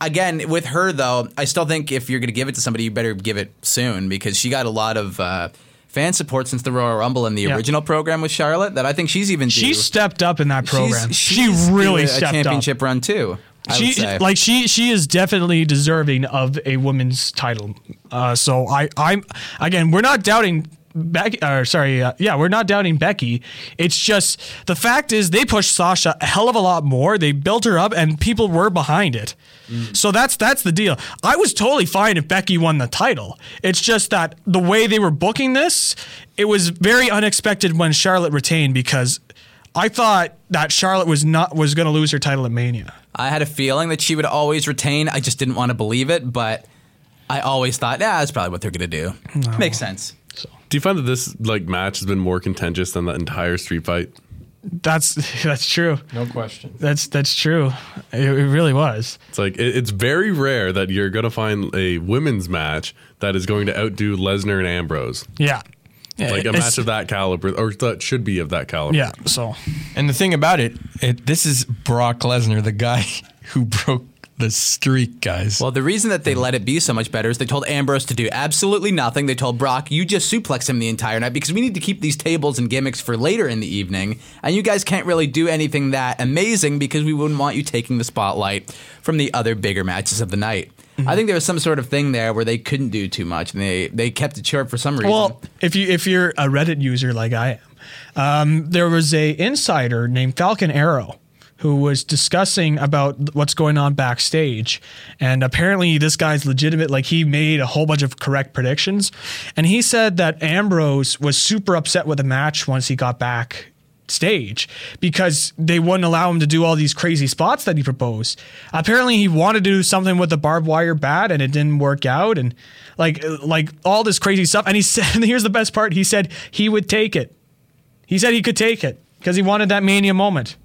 Speaker 2: Again, with her though, I still think if you're going to give it to somebody, you better give it soon because she got a lot of uh, fan support since the Royal Rumble and the
Speaker 1: Yeah.
Speaker 2: original program with Charlotte. That I think she's even
Speaker 1: she
Speaker 2: due.
Speaker 1: stepped up in that
Speaker 2: She's-
Speaker 1: program.
Speaker 2: she's
Speaker 1: she really
Speaker 2: due a,
Speaker 1: stepped up.
Speaker 2: championship run too. I would
Speaker 1: she
Speaker 2: say.
Speaker 1: like she she is definitely deserving of a women's title. Uh, so I I'm again we're not doubting Becky, or sorry, uh, yeah, we're not doubting Becky. It's just the fact is they pushed Sasha a hell of a lot more. They built her up, and people were behind it.
Speaker 2: Mm.
Speaker 1: So that's that's the deal. I was totally fine if Becky won the title. It's just that the way they were booking this, it was very unexpected when Charlotte retained because I thought that Charlotte was not was going to lose her title at Mania.
Speaker 2: I had a feeling that she would always retain. I just didn't want to believe it, but I always thought, yeah, that's probably what they're going to do. Makes sense.
Speaker 3: Do you find that this like match has been more contentious than the entire street fight?
Speaker 1: That's that's true.
Speaker 4: No question.
Speaker 1: That's that's true. It, it really was.
Speaker 3: It's like it, it's very rare that you're going to find a women's match that is going to outdo Lesnar and Ambrose.
Speaker 1: Yeah.
Speaker 3: Like a
Speaker 1: It's-
Speaker 3: match of that caliber, or that should be of that caliber.
Speaker 1: Yeah. So
Speaker 4: And the thing about it, it this is Brock Lesnar, the guy who broke the streak, guys.
Speaker 2: Well, the reason that they let it be so much better is they told Ambrose to do absolutely nothing. They told Brock, you just suplex him the entire night because we need to keep these tables and gimmicks for later in the evening. And you guys can't really do anything that amazing because we wouldn't want you taking the spotlight from the other bigger matches of the night. I think there was some sort of thing there where they couldn't do too much and they, they kept it short for some reason.
Speaker 1: Well, if you if you're a Reddit user like I am, um, there was a insider named Falcon Arrow who was discussing about what's going on backstage, and apparently this guy's legitimate. Like he made a whole bunch of correct predictions, and he said that Ambrose was super upset with the match once he got back stage because they wouldn't allow him to do all these crazy spots that he proposed. Apparently he wanted to do something with the barbed wire bat and it didn't work out and like like all this crazy stuff and he said and here's the best part he said he would take it. He said he could take it because he wanted that mania moment.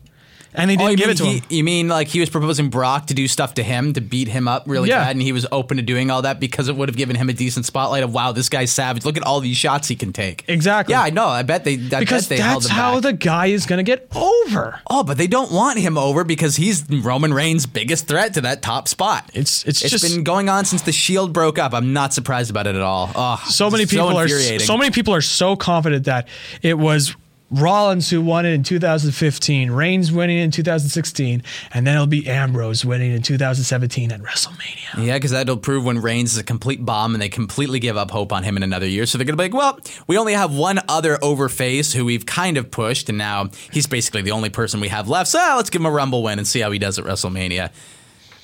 Speaker 1: And they
Speaker 2: Oh,
Speaker 1: didn't
Speaker 2: you
Speaker 1: give
Speaker 2: mean
Speaker 1: it to
Speaker 2: he-
Speaker 1: him.
Speaker 2: You mean like he was proposing Brock to do stuff to him to beat him up really
Speaker 1: Yeah.
Speaker 2: bad, and he was open to doing all that because it would have given him a decent spotlight of wow, this guy's savage. Look at all these shots he can take.
Speaker 1: Exactly.
Speaker 2: Yeah, I know. I bet they. I
Speaker 1: Because
Speaker 2: bet they held
Speaker 1: that's
Speaker 2: him
Speaker 1: how
Speaker 2: back.
Speaker 1: the guy is going to get over.
Speaker 2: Oh, but they don't want him over because he's Roman Reigns' biggest threat to that top spot.
Speaker 1: It's it's,
Speaker 2: It's
Speaker 1: just
Speaker 2: been going on since the Shield broke up. I'm not surprised about it at all. Oh,
Speaker 1: so many
Speaker 2: it's
Speaker 1: people are
Speaker 2: infuriating.
Speaker 1: so many people are so confident that it was Rollins who won it in 2015, Reigns winning in 2016, and then it'll be Ambrose winning in 2017 at WrestleMania.
Speaker 2: Yeah, because that'll prove when Reigns is a complete bomb and they completely give up hope on him in another year. So they're going to be like, well, we only have one other over face who we've kind of pushed, and now he's basically the only person we have left. So ah, let's give him a Rumble win and see how he does at WrestleMania.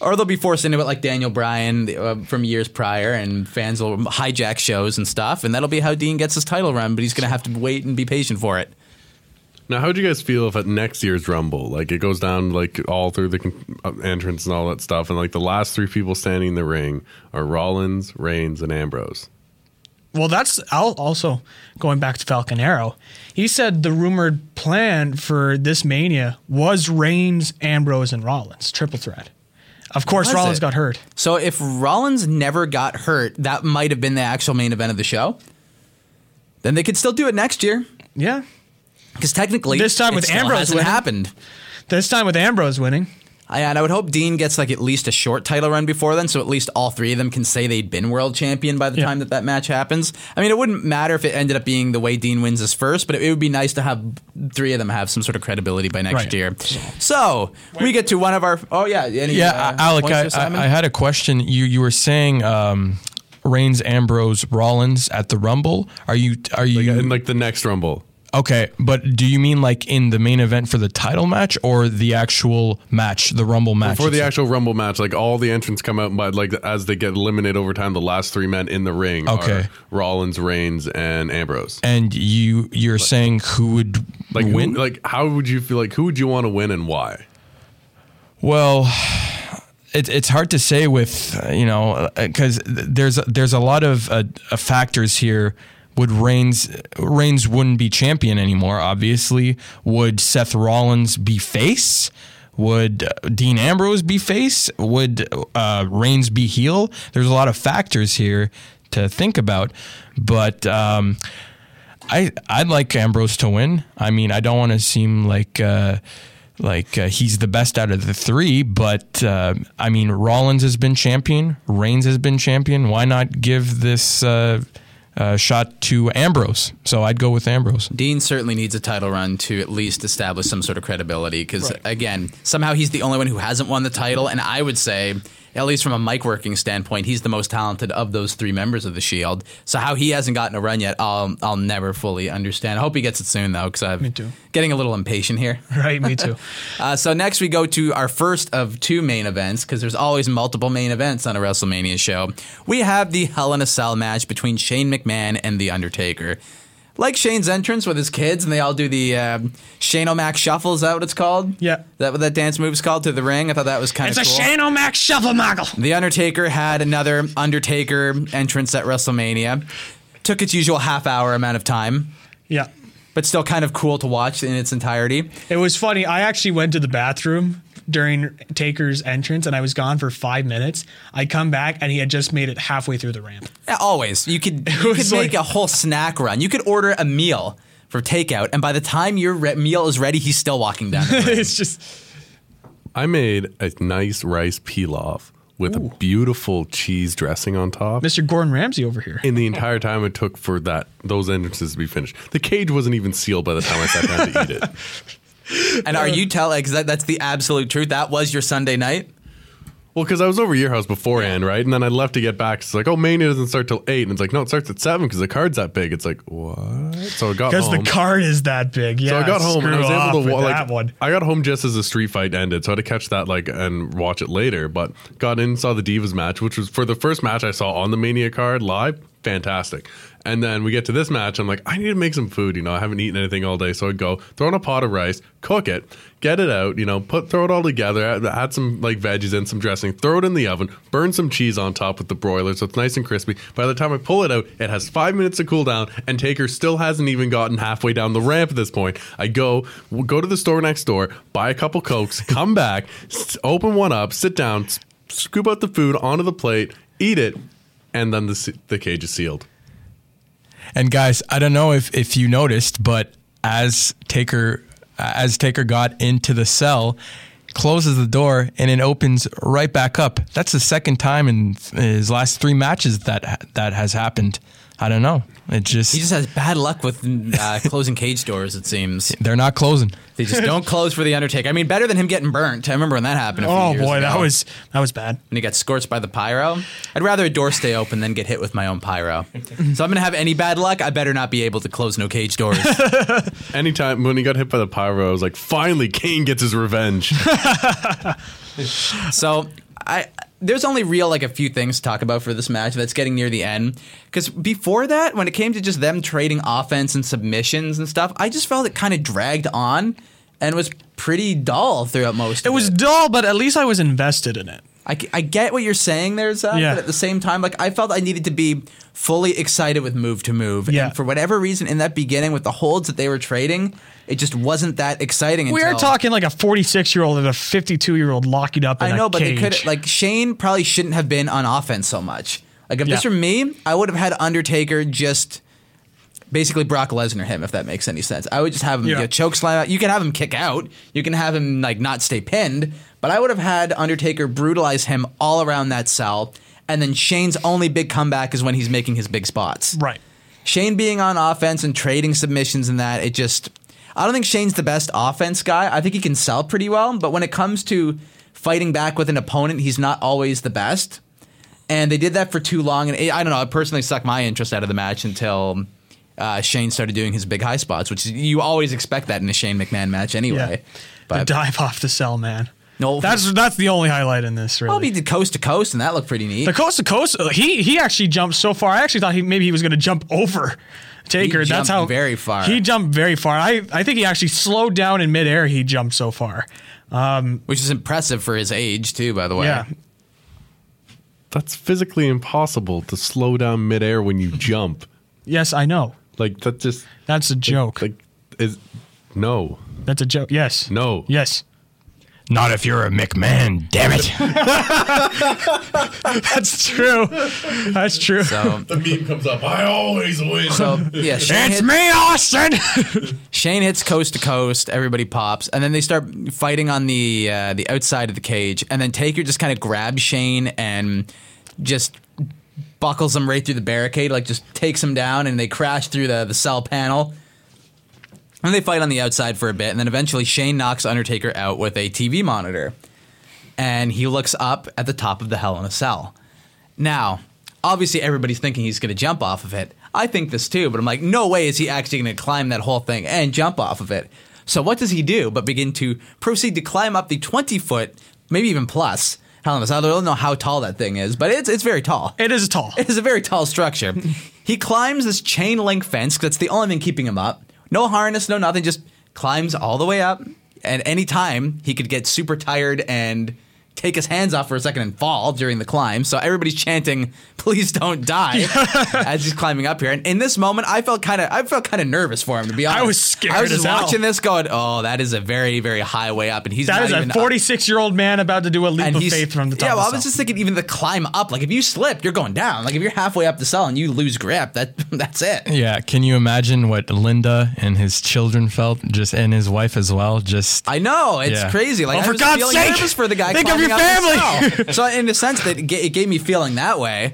Speaker 2: Or they'll be forced into it like Daniel Bryan uh, from years prior, and fans will hijack shows and stuff, and that'll be how Dean gets his title run, but he's going to have to wait and be patient for it.
Speaker 3: Now, how would you guys feel if at next year's Rumble, like it goes down like all through the con- uh, entrance and all that stuff, and like the last three people standing in the ring are Rollins, Reigns, and Ambrose?
Speaker 1: Well, that's I'll also going back to Falcon Arrow. He said the rumored plan for this Mania was Reigns, Ambrose, and Rollins triple threat. Of course,
Speaker 2: Was
Speaker 1: Rollins
Speaker 2: it?
Speaker 1: got hurt.
Speaker 2: So if Rollins never got hurt, that might have been the actual main event of the show. Then they could still do it next year.
Speaker 1: Yeah,
Speaker 2: Because technically,
Speaker 1: This time
Speaker 2: it
Speaker 1: with
Speaker 2: still
Speaker 1: Ambrose
Speaker 2: hasn't
Speaker 1: winning.
Speaker 2: happened.
Speaker 1: this time with Ambrose winning.
Speaker 2: I, and I would hope Dean gets like at least a short title run before then, so at least all three of them can say they'd been world champion by the
Speaker 1: Yeah.
Speaker 2: time that that match happens. I mean, it wouldn't matter if it ended up being the way Dean wins his first, but it, it would be nice to have three of them have some sort of credibility by next
Speaker 1: Right.
Speaker 2: year. So we get to one of our. Oh yeah, any,
Speaker 4: yeah,
Speaker 2: uh,
Speaker 4: A- Alec,
Speaker 2: points
Speaker 4: I,
Speaker 2: for Simon?
Speaker 4: I, I had a question. You you were saying um, Reigns, Ambrose, Rollins at the Rumble. Are you are you
Speaker 3: And like the next Rumble,
Speaker 4: okay? But do you mean like in the main event for the title match or the actual match, the Rumble match?
Speaker 3: before the
Speaker 4: itself?
Speaker 3: actual Rumble match, like all the entrants come out, but like as they get eliminated over time, the last three men in the ring
Speaker 4: Okay.
Speaker 3: are Rollins, Reigns, and Ambrose.
Speaker 4: and you you're saying who would
Speaker 3: Like who-
Speaker 4: win?
Speaker 3: like how would you feel? Like who would you want to win and why?
Speaker 4: Well, it, it's hard to say with uh, you know because there's there's a lot of uh, uh, factors here. Would Reigns Reigns wouldn't be champion anymore? Obviously, would Seth Rollins be face? Would uh, Dean Ambrose be face? Would uh, Reigns be heel? There's a lot of factors here to think about, but. Um, I I'd like Ambrose to win. I mean, I don't want to seem like uh, like uh, he's the best out of the three, but uh, I mean, Rollins has been champion, Reigns has been champion. Why not give this uh, uh, shot to Ambrose? So I'd go with Ambrose.
Speaker 2: Dean certainly needs a title run to at least establish some sort of credibility because, again, somehow he's the only one who hasn't won the title. And I would say at least from a mic working standpoint, he's the most talented of those three members of the Shield. So how he hasn't gotten a run yet, I'll I'll never fully understand. I hope he gets it soon though, because I'm
Speaker 1: too.
Speaker 2: getting a little impatient here.
Speaker 1: Right, me too.
Speaker 2: Uh, so next we go to our first of two main events because there's always multiple main events on a WrestleMania show. We have the Hell in a Cell match between Shane McMahon and The Undertaker. Like Shane's entrance with his kids, and they all do the um, Shane O'Mac shuffle. Is that what it's called?
Speaker 1: Yeah.
Speaker 2: Is that what that dance move's called to the ring? I thought that was kind of
Speaker 1: It's a
Speaker 2: cool.
Speaker 1: Shane O'Mac shuffle moggle.
Speaker 2: The Undertaker had another Undertaker entrance at WrestleMania. Took its usual half hour amount of time,
Speaker 1: Yeah.
Speaker 2: but still kind of cool to watch in its entirety.
Speaker 1: It was funny. I actually went to the bathroom during Taker's entrance and I was gone for five minutes. I come back and he had just made it halfway through the ramp.
Speaker 2: Yeah, always. You could, you could
Speaker 1: was
Speaker 2: make
Speaker 1: like-
Speaker 2: a whole snack run. You could order a meal for takeout, and by the time your re- meal is ready, he's still walking down. the road.
Speaker 1: it's just
Speaker 3: I made a nice rice pilaf with a beautiful cheese dressing on top.
Speaker 1: Mr. Gordon Ramsay over here.
Speaker 3: In the entire time it took for that those entrances to be finished, the cage wasn't even sealed by the time I sat down to eat it.
Speaker 2: and are you telling? Because that, that's the absolute truth. That was your Sunday night.
Speaker 3: Well, because I was over at your house beforehand, right? And then I left to get back. It's like, oh, Mania doesn't start till eight, and it's like, no, it starts at seven because the card's that big. It's like, what? So I got
Speaker 1: Because
Speaker 3: home.
Speaker 1: the card is that big. Yeah.
Speaker 3: so I got home and I
Speaker 1: screw
Speaker 3: was
Speaker 1: off
Speaker 3: able to
Speaker 1: with
Speaker 3: watch
Speaker 1: that one.
Speaker 3: I got home just as the street fight ended, so I had to catch that like and watch it later. But got in, saw the Divas match, which was for the first match I saw on the Mania card live. Fantastic. And then we get to this match. I'm like, I need to make some food. You know, I haven't eaten anything all day, so I go throw in a pot of rice, cook it, get it out. You know, put throw it all together. Add, add some like veggies and some dressing. Throw it in the oven. Burn some cheese on top with the broiler, so it's nice and crispy. By the time I pull it out, it has five minutes to cool down, and Taker still hasn't even gotten halfway down the ramp at this point. I go w- go to the store next door, buy a couple cokes, come back, s- open one up, sit down, s- scoop out the food onto the plate, eat it, and then the s- the cage is sealed.
Speaker 4: And guys, I don't know if if you noticed, but as Taker as Taker got into the cell, closes the door and it opens right back up. That's the second time in his last three matches that ha- that has happened. I don't know. It just,
Speaker 2: He just has bad luck with uh, closing cage doors. It seems
Speaker 4: they're not closing.
Speaker 2: they just don't close for the Undertaker. I mean, better than him getting burnt. I remember when that happened. A few
Speaker 1: Oh
Speaker 2: years
Speaker 1: boy, that
Speaker 2: ago,
Speaker 1: was that was bad.
Speaker 2: when he got scorched by the pyro. I'd rather a door stay open than get hit with my own pyro. so I'm gonna have any bad luck. I better not be able to close no cage doors.
Speaker 3: Anytime when he got hit by the pyro, I was like, finally, Kane gets his revenge.
Speaker 2: So I there's only real like a few things to talk about for this match that's getting near the end because before that when it came to just them trading offense and submissions and stuff i just felt it kind of dragged on and was pretty dull throughout most
Speaker 1: It
Speaker 2: of
Speaker 1: was
Speaker 2: it
Speaker 1: dull, but at least I was invested in it.
Speaker 2: I, I get what you're saying there Zach,
Speaker 1: Yeah.
Speaker 2: but at the same time like i felt i needed to be fully excited with move to move
Speaker 1: Yeah.
Speaker 2: and for whatever reason in that beginning with the holds that they were trading it just wasn't that exciting
Speaker 1: We are
Speaker 2: until-
Speaker 1: talking like a 46 year old and a 52 year old locking up in
Speaker 2: I know,
Speaker 1: a
Speaker 2: but
Speaker 1: cage.
Speaker 2: they could like Shane probably shouldn't have been on offense so much. Like if this
Speaker 1: Yeah.
Speaker 2: were me, I would have had Undertaker just basically Brock Lesnar him, if that makes any sense. I would just have him
Speaker 1: Yeah.
Speaker 2: you know, choke slam out. You can have him kick out. You can have him like not stay pinned. But I would have had Undertaker brutalize him all around that cell. And then Shane's only big comeback is when he's making his big spots.
Speaker 1: right.
Speaker 2: Shane being on offense and trading submissions and that, it just I don't think Shane's the best offense guy. I think he can sell pretty well, but when it comes to fighting back with an opponent, he's not always the best. And they did that for too long, and it, I don't know. It personally sucked my interest out of the match until uh, Shane started doing his big high spots, which you always expect that in a Shane McMahon match anyway.
Speaker 1: The
Speaker 2: But
Speaker 1: dive off the cell, man.
Speaker 2: No.
Speaker 1: that's that's the only highlight in this. Really,
Speaker 2: probably did coast to coast, and that looked pretty neat.
Speaker 1: the coast to coast. uh, He he actually jumped so far. I actually thought he maybe he was going to jump over Taker.
Speaker 2: jumped
Speaker 1: that's how
Speaker 2: very far.
Speaker 1: He jumped very far. I I think he actually slowed down in midair. He jumped so far.
Speaker 2: which is impressive for his age too, by the way.
Speaker 1: Yeah,
Speaker 3: That's physically impossible to slow down midair when you jump.
Speaker 1: yes, I know.
Speaker 3: Like that just
Speaker 1: That's a joke.
Speaker 3: like is no
Speaker 1: that's a joke. Yes.
Speaker 3: no
Speaker 1: Yes.
Speaker 4: Not if you're a McMahon, damn it.
Speaker 1: That's true. That's true.
Speaker 2: So,
Speaker 3: The meme comes up. I always win.
Speaker 2: so yeah, Shane hit-
Speaker 1: me, Austin.
Speaker 2: Shane hits coast to coast. Everybody pops, and then they start fighting on the uh, the outside of the cage. And then Taker just kind of grabs Shane and just buckles him right through the barricade, like just takes him down, and they crash through the the cell panel. And they fight on the outside for a bit, and then eventually Shane knocks Undertaker out with a TV monitor. and he looks up at the top of the Hell in a Cell. Now, obviously, everybody's thinking he's going to jump off of it. I think this too, but I'm like, no way is he actually going to climb that whole thing and jump off of it. So what does he do but begin to proceed to climb up the 20 foot, maybe even plus, Hell in a Cell. I don't know how tall that thing is, but it's, it's very tall.
Speaker 1: It is tall.
Speaker 2: It is a very tall structure. he climbs this chain link fence 'cause that's the only thing keeping him up. No harness, no nothing. Just climbs all the way up. And any time he could get super tired and take his hands off for a second and fall during the climb. So everybody's chanting, "Please don't die," as he's climbing up here. And in this moment, I felt kind of, I felt kind of nervous for him to be honest.
Speaker 1: was scared
Speaker 2: I was
Speaker 1: as
Speaker 2: just
Speaker 1: hell.
Speaker 2: watching this, going, "Oh, that is a very, very high way up," and he's
Speaker 1: That
Speaker 2: not
Speaker 1: is
Speaker 2: even
Speaker 1: a
Speaker 2: up
Speaker 1: 46 year old man about to do a leap of
Speaker 2: he's-
Speaker 1: faith from the top.
Speaker 2: Yeah, well,
Speaker 1: of
Speaker 2: I was
Speaker 1: the
Speaker 2: just thinking even the climb up. Like if you slip, you're going down. Like if you're halfway up the cell and you lose grip, that that's it.
Speaker 4: Yeah, can you imagine what Linda and his children felt, just and his wife as well? Just
Speaker 2: I know it's
Speaker 4: Yeah.
Speaker 2: crazy. Like
Speaker 1: Oh,
Speaker 2: I
Speaker 1: for
Speaker 2: was
Speaker 1: God's
Speaker 2: feeling
Speaker 1: sake,
Speaker 2: nervous for the guy.
Speaker 1: think of
Speaker 2: climbing
Speaker 1: your
Speaker 2: up the cell. so in a sense, that it ga- it gave me feeling that way.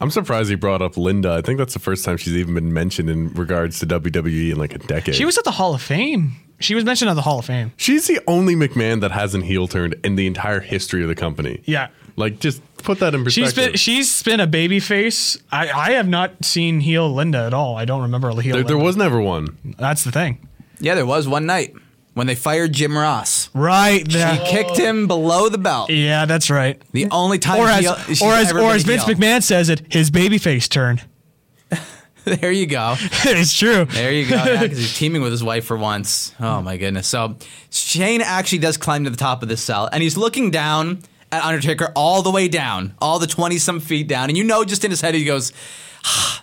Speaker 3: I'm surprised he brought up Linda. I think that's the first time she's even been mentioned in regards to WWE in like a decade.
Speaker 1: she was at the Hall of Fame. She was mentioned at the Hall of Fame.
Speaker 3: she's the only McMahon that hasn't heel turned in the entire history of the company.
Speaker 1: Yeah.
Speaker 3: Like, just put that in perspective.
Speaker 1: She's been she's been a baby face. I, I have not seen heel Linda at all. I don't remember heel.
Speaker 3: there,
Speaker 1: Linda.
Speaker 3: there was never one.
Speaker 1: That's the thing.
Speaker 2: Yeah, there was one night when they fired Jim Ross.
Speaker 1: Right.
Speaker 2: She kicked him below the belt.
Speaker 1: yeah, that's right.
Speaker 2: The only time,
Speaker 1: Or
Speaker 2: heel-
Speaker 1: as
Speaker 2: she's
Speaker 1: or as
Speaker 2: ever
Speaker 1: or
Speaker 2: been
Speaker 1: as
Speaker 2: a
Speaker 1: Vince
Speaker 2: heel.
Speaker 1: McMahon says it, his baby face turn.
Speaker 2: There you go.
Speaker 1: it's true.
Speaker 2: There you go. Yeah, because he's teaming with his wife for once. Oh my goodness. So Shane actually does climb to the top of this cell, and he's looking down at Undertaker all the way down, all the twenty some feet down, and you know, just in his head, he goes, "Ah,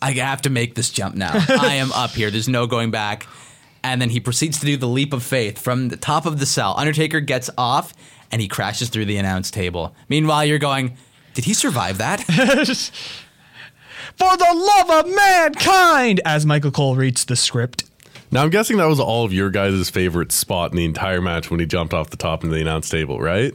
Speaker 2: "I have to make this jump now. I am up here. There's no going back." And then he proceeds to do the leap of faith from the top of the cell. Undertaker gets off, and he crashes through the announce table. Meanwhile, you're going, "Did he survive that?"
Speaker 1: For the love of mankind, as Michael Cole reads the script.
Speaker 3: Now, I'm guessing that was all of your guys' favorite spot in the entire match when he jumped off the top into the announce table, right?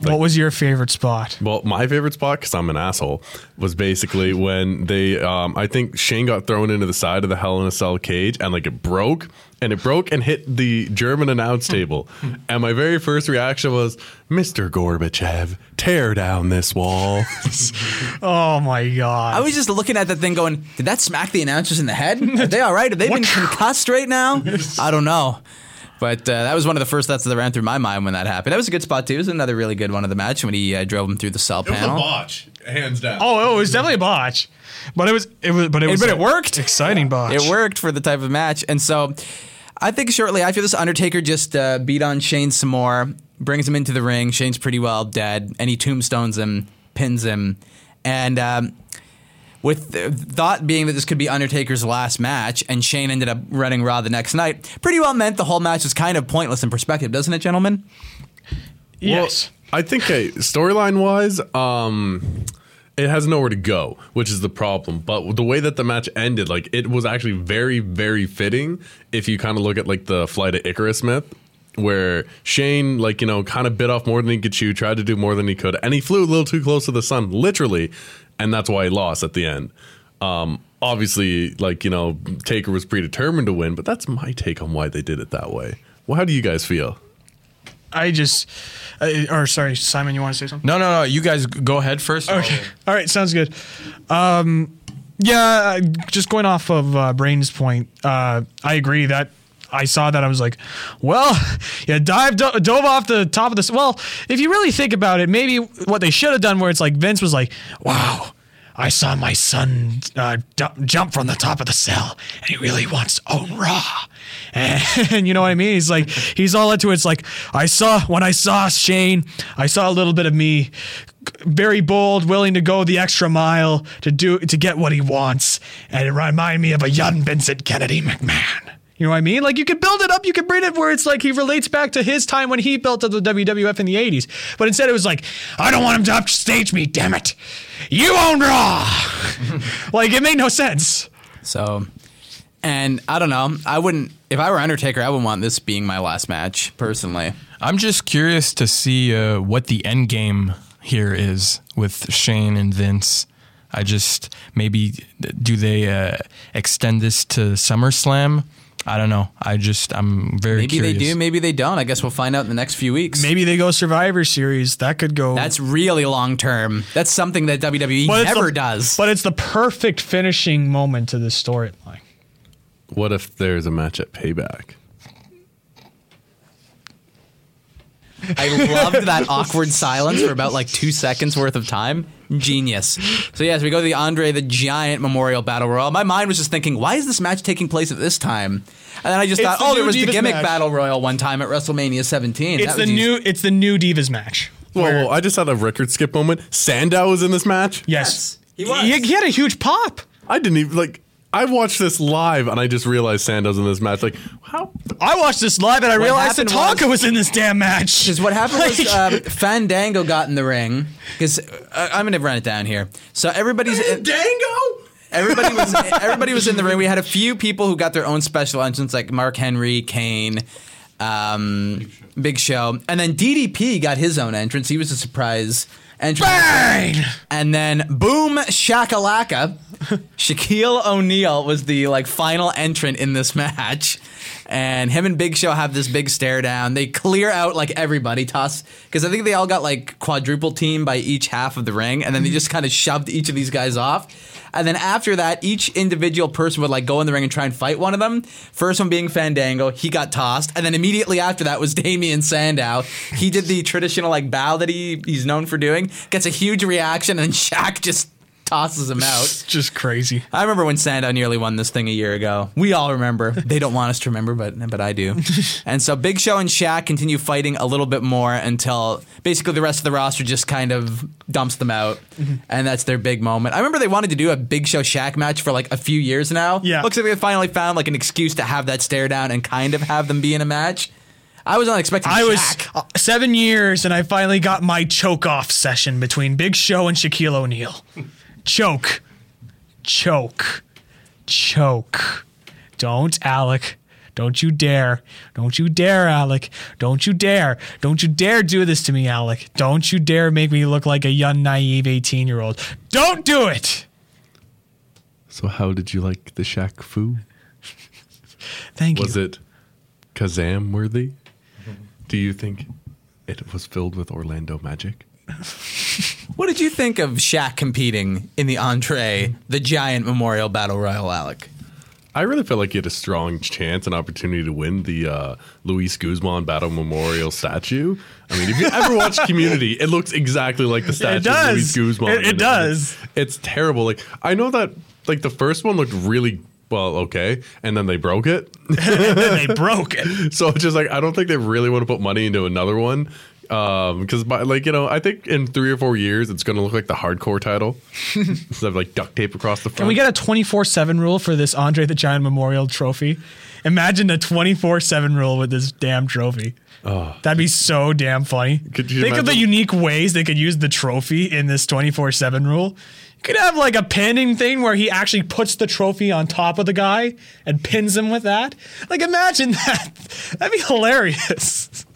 Speaker 1: what was your favorite spot?
Speaker 3: Well, my favorite spot, because I'm an asshole, was basically when they, um, I think Shane got thrown into the side of the Hell in a Cell cage and like it broke and it broke and hit the German announce table. and my very first reaction was, Mr. Gorbachev, tear down this wall.
Speaker 1: Oh my
Speaker 2: I
Speaker 1: god.
Speaker 2: was just looking at that thing going, did that smack the announcers in the head? Are they all right? Have they been concussed right now? I don't know. But uh, that was one of the first thoughts that ran through my mind when that happened. That was a good spot, too. It was another really good one of the match when he uh, drove him through the cell panel.
Speaker 3: botch, hands down.
Speaker 1: oh, it was definitely a botch. But it was it was but it was
Speaker 2: but it worked.
Speaker 1: Exciting botch.
Speaker 2: It worked for the type of match. And so I think shortly after this, Undertaker just uh, beat on Shane some more, brings him into the ring. Shane's pretty well dead, and he tombstones him, pins him. And um, with the thought being that this could be Undertaker's last match, and Shane ended up running Raw the next night, pretty well meant the whole match was kind of pointless in perspective, doesn't it, gentlemen?
Speaker 1: Yes.
Speaker 3: I think okay, storyline wise, um, it has nowhere to go, which is the problem. But the way that the match ended, like it was actually very, very fitting. If you kind of look at like the flight of Icarus myth, where Shane, like you know, kind of bit off more than he could chew, tried to do more than he could, and he flew a little too close to the sun, literally, and that's why he lost at the end. Um, obviously, like you know, Taker was predetermined to win, but that's my take on why they did it that way. Well, how do you guys feel?
Speaker 1: I just uh, or sorry, Simon, you want to say something?
Speaker 4: no, no, no. You guys g- go ahead first. Okay.
Speaker 1: All right, sounds good. Um, yeah, just going off of uh, Brain's point, uh, I agree that I saw that I was like, well, yeah, dive do- dove off the top of this. Well, if you really think about it, maybe what they should have done, where it's like Vince was like, wow. I saw my son uh, du- jump from the top of the cell, and he really wants to own Raw. And, you know what I mean? He's like, he's all into it. It's like, I saw, when I saw Shane, I saw a little bit of me very bold, willing to go the extra mile to do to get what he wants, and it remind me of a young Vincent Kennedy McMahon. You know what I mean? Like you could build it up, you could bring it where it's like he relates back to his time when he built up the WWF in the '80s. But instead, it was like, I don't want him to upstage me. Damn it! You own Raw. like it made no sense.
Speaker 2: So, and I don't know. I wouldn't, if I were Undertaker, I wouldn't want this being my last match, personally.
Speaker 4: I'm just curious to see uh, what the end game here is with Shane and Vince. I just maybe do they uh, extend this to SummerSlam I don't know. I just I'm very
Speaker 2: Maybe
Speaker 4: curious.
Speaker 2: they do, maybe they don't. I guess we'll find out in the next few weeks.
Speaker 1: Maybe they go Survivor Series. That could go.
Speaker 2: That's really long term. That's something that WWE
Speaker 1: But it's
Speaker 2: never
Speaker 1: the-
Speaker 2: does.
Speaker 1: But it's the perfect finishing moment to this storyline.
Speaker 3: What if there's a match at Payback?
Speaker 2: I loved that awkward silence for about like two seconds worth of time. Genius. So yes, we go to the Andre the Giant Memorial Battle Royal. My mind was just thinking, why is this match taking place at this time? And then I just
Speaker 1: It's
Speaker 2: thought,
Speaker 1: the
Speaker 2: oh, there
Speaker 1: new
Speaker 2: was the
Speaker 1: Divas
Speaker 2: gimmick
Speaker 1: match.
Speaker 2: Battle Royal one time at WrestleMania 17.
Speaker 1: It's
Speaker 2: That
Speaker 1: the
Speaker 2: was used-
Speaker 1: new. It's the new Divas match.
Speaker 3: Whoa,
Speaker 1: Where-
Speaker 3: whoa, Oh, I just had a record skip moment. Sandow was in this match.
Speaker 1: yes,
Speaker 2: Yes, he was.
Speaker 1: he had a huge pop.
Speaker 3: I didn't even like. I watched this live and I just realized Sandow's in this match. Like, how?
Speaker 1: I watched this live and I realized that
Speaker 2: happened
Speaker 1: Tonka
Speaker 2: was-
Speaker 1: was, in this damn match.
Speaker 2: Because what happened was
Speaker 1: Like-
Speaker 2: um, Fandango got in the ring. Because I'm gonna run it down here. So everybody's Fandango. Everybody was everybody was in the ring. We had a few people who got their own special entrance, like Mark Henry, Kane, um, Big Show, and then DDP got his own entrance. He was a surprise entrance.
Speaker 1: Bang!
Speaker 2: And then boom shakalaka. Shaquille O'Neal was the like final entrant in this match. And him and Big Show have this big stare down. They clear out like everybody toss because I think they all got like quadruple team by each half of the ring and then they just kind of shoved each of these guys off. And then after that, each individual person would like go in the ring and try and fight one of them. First one being Fandango, he got tossed, and then immediately after that was Damian Sandow. He did the traditional like bow that he he's known for doing, gets a huge reaction, and Shaq just tosses him out.
Speaker 1: It's just crazy.
Speaker 2: I remember when Sandow nearly won this thing a year ago. We all remember. They don't want us to remember, but but I do. and so Big Show and Shaq continue fighting a little bit more until basically the rest of the roster just kind of dumps them out,
Speaker 1: Mm-hmm.
Speaker 2: and that's their big moment. I remember they wanted to do a Big Show Shaq match for like a few years now.
Speaker 1: Yeah.
Speaker 2: looks like they finally found like an excuse to have that stare down and kind of have them be in a match. I was not expecting.
Speaker 1: I was
Speaker 2: Shaq.
Speaker 1: uh, seven years and I finally got my choke off session between Big Show and Shaquille O'Neal. choke. Choke. Choke. Don't, Alec. Don't you dare. Don't you dare, Alec. Don't you dare. Don't you dare do this to me, Alec. Don't you dare make me look like a young, naive 18 year old. Don't do it.
Speaker 3: So, how did you like the Shaq Fu?
Speaker 1: Thank
Speaker 3: Was
Speaker 1: you.
Speaker 3: it Kazam worthy? Do you think it was filled with Orlando magic?
Speaker 2: What did you think of Shaq competing in the Entree, the Giant Memorial Battle Royal, Alec?
Speaker 3: I really felt like he had a strong chance and opportunity to win the uh, Luis Guzman Battle Memorial statue. I mean, if you ever watch Community, it looks exactly like the statue
Speaker 1: does.
Speaker 3: of Luis Guzman.
Speaker 1: It- it
Speaker 3: And
Speaker 1: does.
Speaker 3: It's, it's terrible. Like I know that like the first one looked really well, okay, and then they broke it.
Speaker 1: Then they broke it.
Speaker 3: So it's just like I don't think they really want to put money into another one. Um, because by like you know, I think in three or four years it's going to look like the hardcore title instead of like duct tape across the front.
Speaker 1: Can we get a 24 7 rule for this Andre the Giant Memorial Trophy? Imagine a 24 7 rule with this damn trophy. That'd be so damn funny.
Speaker 3: Oh. Could you
Speaker 1: Think of the
Speaker 3: imagine-
Speaker 1: unique ways they could use the trophy in this 24 7 rule. You could have like a pinning thing where he actually puts the trophy on top of the guy and pins him with that. Like, imagine that. That'd be hilarious.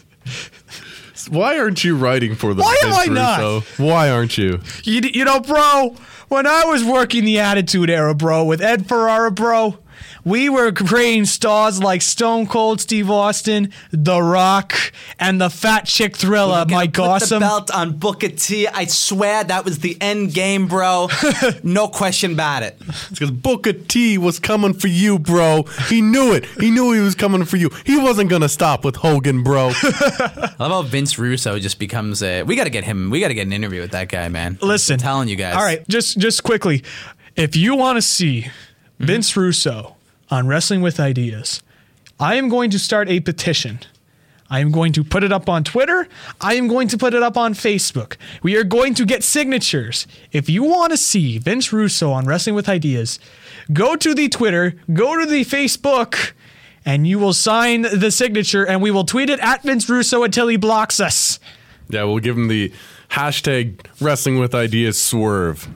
Speaker 3: Why aren't you writing for the?
Speaker 1: Why am I
Speaker 3: Vince
Speaker 1: not?
Speaker 3: Russo? Why aren't you?
Speaker 1: You, you know, bro, when I was working the Attitude Era, bro, with Ed Ferrara, bro, we were creating stars like Stone Cold Steve Austin, The Rock, and the Fat Chick Thriller,
Speaker 2: Gonna
Speaker 1: Uh, Mike
Speaker 2: put
Speaker 1: Awesome.
Speaker 2: the belt on Booker T. I swear that was the end game, bro. no question about it.
Speaker 3: It's because Booker T was coming for you, bro. He knew it. He knew he was coming for you. He wasn't gonna stop with Hogan, bro.
Speaker 2: I love how Vince Russo just becomes a. We got to get him. We got to get an interview with that guy, man.
Speaker 1: Listen,
Speaker 2: I'm telling you guys.
Speaker 1: All right, just just quickly, if you want to see Vince Russo on Wrestling with Ideas, I am going to start a petition. I am going to put it up on Twitter. I am going to put it up on Facebook. We are going to get signatures. If you want to see Vince Russo on Wrestling with Ideas, go to the Twitter, go to the Facebook, and you will sign the signature, and we will tweet it at Vince Russo until he blocks us.
Speaker 3: yeah, we'll give him the hashtag Wrestling with Ideas swerve.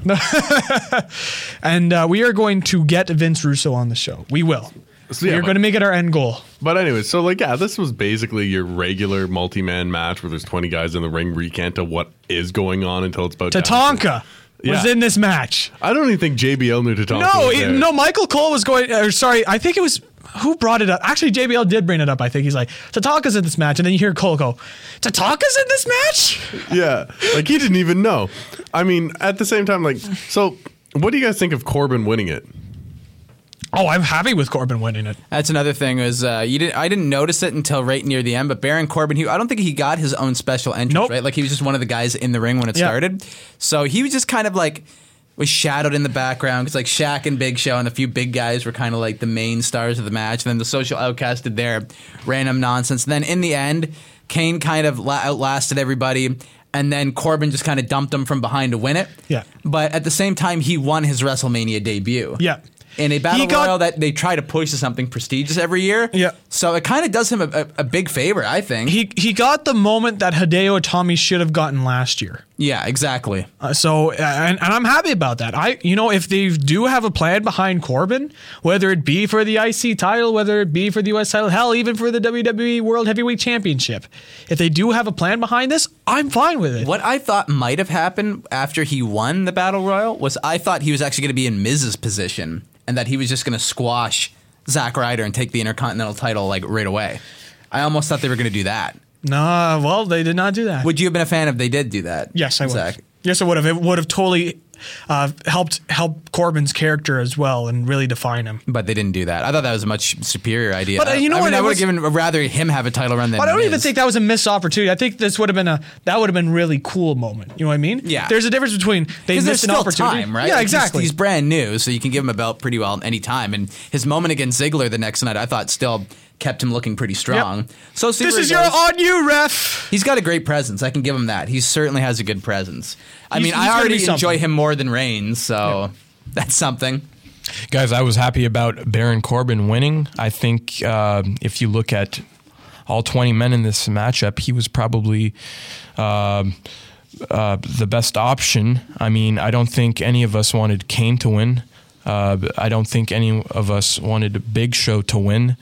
Speaker 1: and uh, we are going to get Vince Russo on the show. We will.
Speaker 3: So, yeah,
Speaker 1: we are
Speaker 3: but-
Speaker 1: going to make it our end goal.
Speaker 3: But anyway, so like yeah, this was basically your regular multi-man match where there's 20 guys in the ring where you can't tell what is going on until it's about down to-
Speaker 1: Tatanka was
Speaker 3: Yeah.
Speaker 1: in this match.
Speaker 3: I don't even think JBL knew Tatanka.
Speaker 1: No,
Speaker 3: was
Speaker 1: it,
Speaker 3: there.
Speaker 1: no, Michael Cole was going. Or sorry, I think it was who brought it up? Actually, JBL did bring it up. I think he's like Tataka's in this match, and then you hear Cole go, "Tataka's in this match."
Speaker 3: yeah, like he didn't even know. I mean, at the same time, like, so what do you guys think of Corbin winning it?
Speaker 1: Oh, I'm happy with Corbin winning it.
Speaker 2: That's another thing is uh, you didn't I didn't notice it until right near the end. But Baron Corbin, he I don't think he got his own special entrance,
Speaker 1: Nope.
Speaker 2: right? Like he was just one of the guys in the ring when it
Speaker 1: Yeah.
Speaker 2: started. So he was just kind of like was shadowed in the background because like Shaq and Big Show and a few big guys were kind of like the main stars of the match. And then the social outcast did their random nonsense. And then in the end, Kane kind of la- outlasted everybody. And then Corbin just kind of dumped him from behind to win it.
Speaker 1: Yeah.
Speaker 2: But at the same time, he won his WrestleMania debut
Speaker 1: Yeah.
Speaker 2: in a battle
Speaker 1: He got-
Speaker 2: royal that they try to push to something prestigious every year.
Speaker 1: Yeah.
Speaker 2: So it kind of does him a, a, a big favor, I think.
Speaker 1: He he got the moment that Hideo Itami should have gotten last year.
Speaker 2: yeah, exactly.
Speaker 1: Uh, so uh, and, and I'm happy about that. I you know if they do have a plan behind Corbin, whether it be for the IC title, whether it be for the US title, hell, even for the WWE World Heavyweight Championship, if they do have a plan behind this, I'm fine with it.
Speaker 2: What I thought might have happened after he won the battle royal was I thought he was actually going to be in Miz's position and that he was just going to squash Zack Ryder and take the Intercontinental title like right away. I almost thought they were going to do that.
Speaker 1: Nah, well they did not do that.
Speaker 2: Would you have been a fan if they did do that?
Speaker 1: yes, I would.
Speaker 2: Zach?
Speaker 1: Yes, I would have. It would have totally uh, helped help Corbin's character as well and really define him.
Speaker 2: But they didn't do that. I thought that was a much superior idea.
Speaker 1: But, uh, you know
Speaker 2: I
Speaker 1: what,
Speaker 2: mean, I
Speaker 1: it
Speaker 2: would
Speaker 1: was-
Speaker 2: have given rather him have a title run than.
Speaker 1: But I don't even
Speaker 2: Miz.
Speaker 1: think that was a missed opportunity. I think this would have been a that would have been really cool moment. You know what I mean?
Speaker 2: Yeah.
Speaker 1: There's a difference between they
Speaker 2: Because there's
Speaker 1: missed an
Speaker 2: still
Speaker 1: opportunity.
Speaker 2: time, right?
Speaker 1: Yeah,
Speaker 2: Like, he's-
Speaker 1: exactly.
Speaker 2: He's, brand new, so you can give him a belt pretty well any time. And his moment against Ziggler the next night, I thought, still kept him looking pretty strong. So see
Speaker 1: this
Speaker 2: where
Speaker 1: is
Speaker 2: he
Speaker 1: your
Speaker 2: goes.
Speaker 1: on you, ref.
Speaker 2: He's got a great presence. I can give him that. He certainly has a good presence. I
Speaker 1: He's-
Speaker 2: mean,
Speaker 1: he's
Speaker 2: I
Speaker 1: gonna
Speaker 2: already
Speaker 1: be something.
Speaker 2: enjoy him more than Reigns, so that's something.
Speaker 4: Guys, I was happy about Baron Corbin winning. I think uh, if you look at all 20 men in this matchup, he was probably um uh, the best option. I mean, I don't think any of us wanted Kane to win. Uh, I don't think any of us wanted Big Show to win.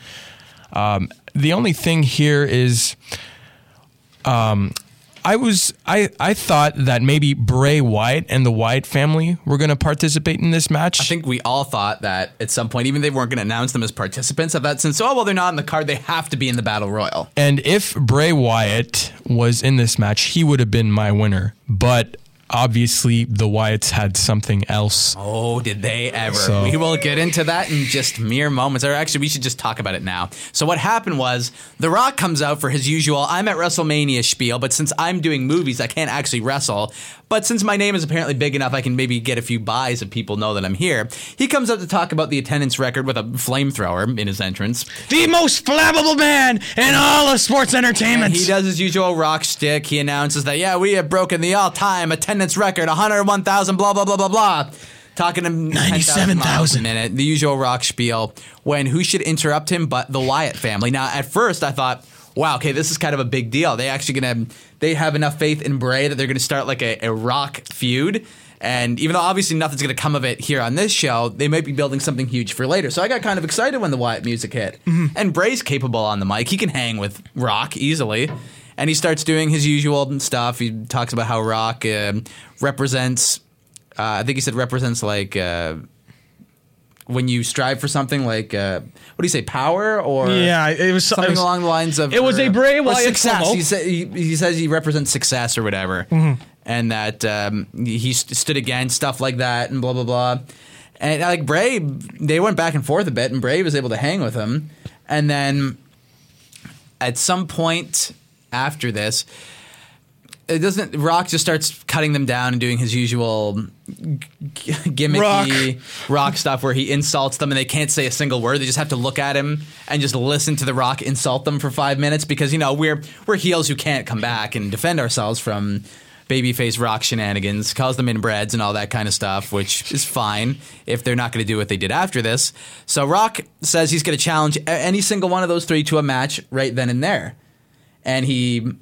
Speaker 4: Um, the only thing here is. um, I was I, I thought that maybe Bray Wyatt and the Wyatt family were going to participate in this match.
Speaker 2: I think we all thought that at some point, even if they weren't going to announce them as participants of that, since, oh, well, they're not in the card, they have to be in the Battle Royal.
Speaker 4: And if Bray Wyatt was in this match, he would have been my winner. But obviously, the Wyatts had something else.
Speaker 2: Oh, did they ever?
Speaker 4: So-
Speaker 2: We will get into that in just mere moments. Or actually, we should just talk about it now. So, what happened was The Rock comes out for his usual I'm at WrestleMania spiel, but since I'm doing movies, I can't actually wrestle. But since my name is apparently big enough, I can maybe get a few buys if people know that I'm here. He comes out to talk about the attendance record with a flamethrower in his entrance.
Speaker 1: The most flammable man in all of sports entertainment.
Speaker 2: And he does his usual rock stick. He announces that, yeah, we have broken the all time attendance record 101,000, blah, blah, blah, blah, blah. Talking to
Speaker 1: 97,000.
Speaker 2: 97,000 minute, the usual rock spiel, when who should interrupt him but the Wyatt family. Now, at first, I thought, wow, okay, this is kind of a big deal. They actually going to, they have enough faith in Bray that they're going to start like a, a rock feud. And even though obviously nothing's going to come of it here on this show, they might be building something huge for later. So I got kind of excited when the Wyatt music hit. And Bray's capable on the mic. He can hang with Rock easily. And he starts doing his usual stuff. He talks about how Rock um represents, uh, I think he said represents like uh, when you strive for something like, uh, what do you say, power or
Speaker 1: yeah, it was
Speaker 2: something
Speaker 1: it was,
Speaker 2: along the lines of
Speaker 1: It was a Bray
Speaker 2: Bray
Speaker 1: Wyatt
Speaker 2: success.
Speaker 1: promo.
Speaker 2: He, sa- he, he says he represents success or whatever,
Speaker 1: Mm-hmm.
Speaker 2: and that um, he st- stood against stuff like that and blah blah blah. And like Bray, they went back and forth a bit, and Bray was able to hang with him. And then at some point after this, it doesn't. Rock just starts cutting them down and doing his usual g- gimmicky rock. stuff where he insults them and they can't say a single word. They just have to look at him and just listen to the Rock insult them for five minutes because you know we're we're heels who can't come back and defend ourselves from babyface Rock shenanigans, calls them inbreds and all that kind of stuff, which is fine if they're not going to do what they did after this. So Rock says he's going to challenge a- any single one of those three to a match right then and there and he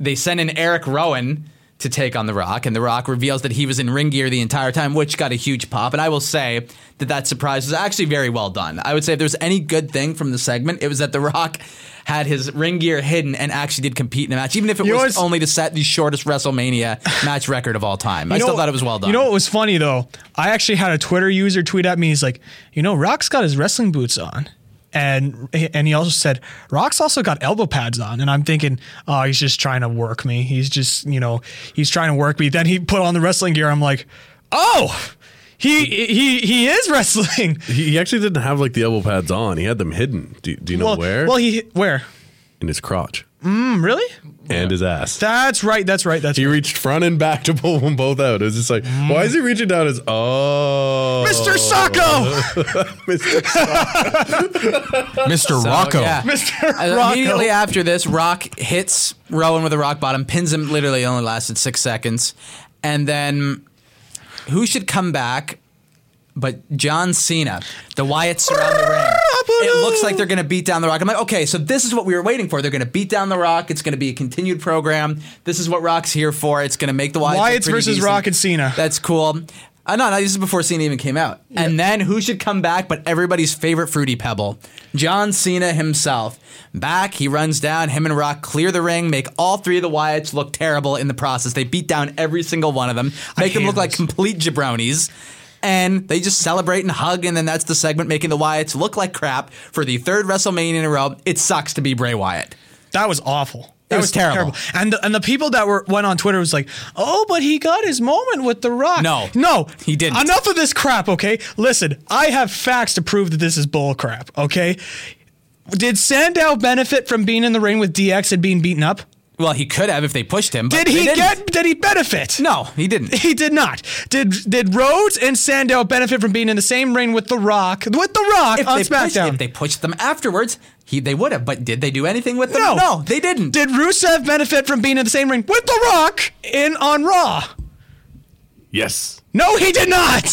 Speaker 2: they send in Eric Rowan to take on The Rock, and The Rock reveals that he was in ring gear the entire time, which got a huge pop. And I will say that that surprise was actually very well done. I would say if there's any good thing from the segment, it was that The Rock had his ring gear hidden and actually did compete in a match, even if it
Speaker 1: You know
Speaker 2: was
Speaker 1: what's-
Speaker 2: only to set the shortest WrestleMania match record of all time. I
Speaker 1: You know-
Speaker 2: still thought it was well done.
Speaker 1: You know what was funny though? I actually had a Twitter user tweet at me. He's like, you know, Rock's got his wrestling boots on. And and he also said Rock's also got elbow pads on, and I'm thinking, oh, he's just trying to work me. He's just you know he's trying to work me. Then he put on the wrestling gear. I'm like, oh, he he he is wrestling.
Speaker 3: He, he actually didn't have like the elbow pads on. He had them hidden. Do, do you know
Speaker 1: well,
Speaker 3: where?
Speaker 1: Well, he where?
Speaker 3: in his crotch
Speaker 1: Mm, really?
Speaker 3: and his ass.
Speaker 1: That's right. That's right. That's
Speaker 3: he reached front and back to pull them both out. It was just like,
Speaker 1: Mm.
Speaker 3: why is he reaching down? His oh,
Speaker 1: Mr. Sacco.
Speaker 4: Mr.
Speaker 2: So,
Speaker 4: Rocco.
Speaker 2: yeah. And Immediately after this, Rock hits Rowan with a rock bottom, pins him. Literally, only lasted six seconds, and then who should come back? But John Cena, the Wyatts around the ring. It looks like they're going to beat down the Rock. I'm like, okay, so this is what we were waiting for. They're going to beat down the Rock. It's going to be a continued program. This is what Rock's here for. It's going to make the Wyatts. look
Speaker 1: Wyatt's
Speaker 2: pretty
Speaker 1: versus
Speaker 2: decent.
Speaker 1: Rock and Cena.
Speaker 2: That's cool. Uh, no, no, this is before Cena even came out. And then who should come back but everybody's favorite Fruity Pebble? John Cena himself. Back, he runs down, him and Rock clear the ring, make all three of the Wyatts look terrible in the process. They beat down every single one of them, make them
Speaker 1: hate
Speaker 2: look like
Speaker 1: this.
Speaker 2: complete jabronis. And they just celebrate and hug, and then that's the segment making the Wyatts look like crap for the third WrestleMania in a row. It sucks to be Bray Wyatt.
Speaker 1: That was awful. That
Speaker 2: was terrible.
Speaker 1: And the, and the people that were went on Twitter was like, "Oh, but he got his moment with The Rock."
Speaker 2: No.
Speaker 1: no,
Speaker 2: He didn't.
Speaker 1: Enough of this crap. Okay, listen, I have facts to prove that this is bull crap. Okay, did Sandow benefit from being in the ring with DX and being beaten up?
Speaker 2: Well, he could have if they pushed him. But
Speaker 1: Did he
Speaker 2: they didn't.
Speaker 1: get? Did he benefit?
Speaker 2: No, he didn't.
Speaker 1: He did not. Did did Rhodes and Sandow benefit from being in the same ring with The Rock? With The Rock on
Speaker 2: they pushed-
Speaker 1: SmackDown.
Speaker 2: if they pushed them afterwards, he they would have. But did they do anything with them?
Speaker 1: No.
Speaker 2: they didn't.
Speaker 1: did Rusev benefit from being in the same ring with The Rock in on Raw?
Speaker 3: yes.
Speaker 1: No, he did not.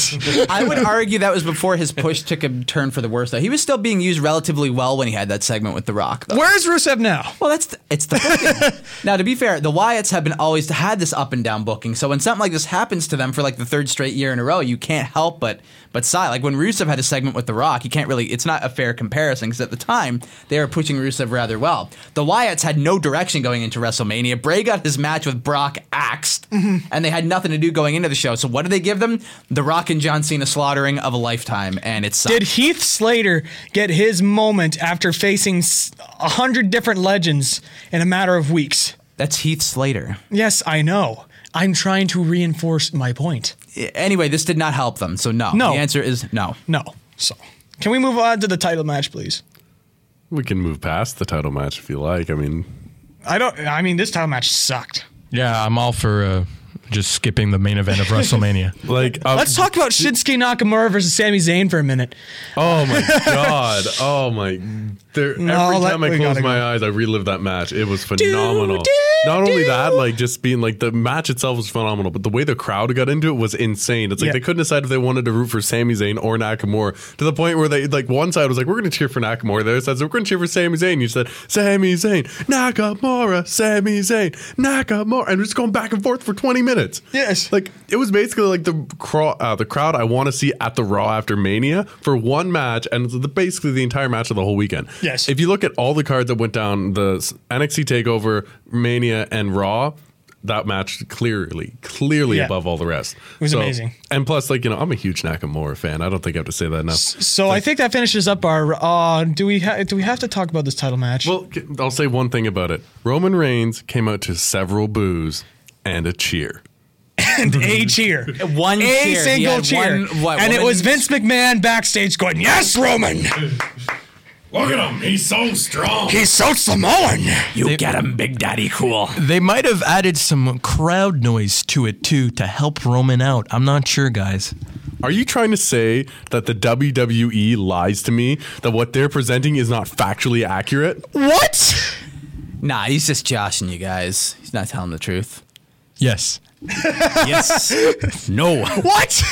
Speaker 2: I would argue that was before his push took a turn for the worse. Though he was still being used relatively well when he had that segment with The Rock. Though.
Speaker 1: Where's Rusev now?
Speaker 2: Well, that's the, it's the booking. now, to be fair, the Wyatts have been always had this up and down booking. So when something like this happens to them for like the third straight year in a row, you can't help but but sigh. Like when Rusev had a segment with The Rock, you can't really. It's not a fair comparison because at the time they were pushing Rusev rather well. The Wyatts had no direction going into WrestleMania. Bray got his match with Brock axed,
Speaker 1: Mm-hmm.
Speaker 2: and they had nothing to do going into the show. So what did they give them? The Rock and John Cena slaughtering of a lifetime, and it's
Speaker 1: Did Heath Slater get his moment after facing s- a hundred different legends in a matter of weeks?
Speaker 2: that's Heath Slater.
Speaker 1: Yes, I know. I'm trying to reinforce my point.
Speaker 2: Anyway, this did not help them. So no,
Speaker 1: No.
Speaker 2: the answer is no.
Speaker 1: No. So, can we move on to the title match, please?
Speaker 3: We can move past the title match if you like. I mean,
Speaker 1: I don't. I mean, this title match sucked.
Speaker 4: Yeah, I'm all for uh, just skipping the main event of WrestleMania.
Speaker 3: like, uh,
Speaker 1: Let's talk about Shinsuke Nakamura versus Sami Zayn for a minute.
Speaker 3: Oh my god! Oh my! There,
Speaker 1: No,
Speaker 3: every
Speaker 1: like,
Speaker 3: time I
Speaker 1: we
Speaker 3: close
Speaker 1: gotta
Speaker 3: my eyes, I relive that match. It was phenomenal.
Speaker 1: do,
Speaker 3: Not only
Speaker 1: do.
Speaker 3: that, like just being like the match itself was phenomenal, but the way the crowd got into it was insane. It's like
Speaker 1: Yeah.
Speaker 3: they couldn't decide if they wanted to root for Sami Zayn or Nakamura to the point where they like one side was like, "We're going to cheer for Nakamura," the other side said, "We're going to cheer for Sami Zayn." You said, "Sami Zayn, Nakamura, Sami Zayn, Nakamura," and we're just going back and forth for twenty minutes.
Speaker 1: Yes.
Speaker 3: like it was basically like the craw- uh, the crowd I want to see at the Raw after Mania for one match, and it's the, basically the entire match of the whole weekend.
Speaker 1: Yes.
Speaker 3: If you look at all the cards that went down, the s- NXT Takeover, Mania, and Raw. That match clearly, clearly
Speaker 1: Yeah.
Speaker 3: above all the rest. It
Speaker 1: was amazing.
Speaker 3: And plus, like you know, I'm a huge Nakamura fan. I don't think I have to say that enough.
Speaker 1: So I think that finishes up our. Uh, do we ha- do we have to talk about this title match?
Speaker 3: Well, c- I'll say one thing about it. Roman Reigns came out to several boos and a cheer.
Speaker 1: and a cheer.
Speaker 2: One
Speaker 1: a
Speaker 2: cheer. He
Speaker 1: single
Speaker 2: had
Speaker 1: cheer.
Speaker 2: one- what,
Speaker 1: and it
Speaker 2: woman-
Speaker 1: was Vince McMahon backstage going, Yes, Roman,
Speaker 6: Look at him. He's so strong.
Speaker 1: he's so Samoan.
Speaker 2: You get him, Big Daddy Cool.
Speaker 4: they might have added some crowd noise to it too to help Roman out. I'm not sure, guys.
Speaker 3: Are you trying to say that the WWE lies to me? That what they're presenting is not factually accurate?
Speaker 1: What?
Speaker 2: Nah, he's just joshing you guys. He's not telling the truth.
Speaker 4: Yes.
Speaker 2: Yes. no.
Speaker 1: What?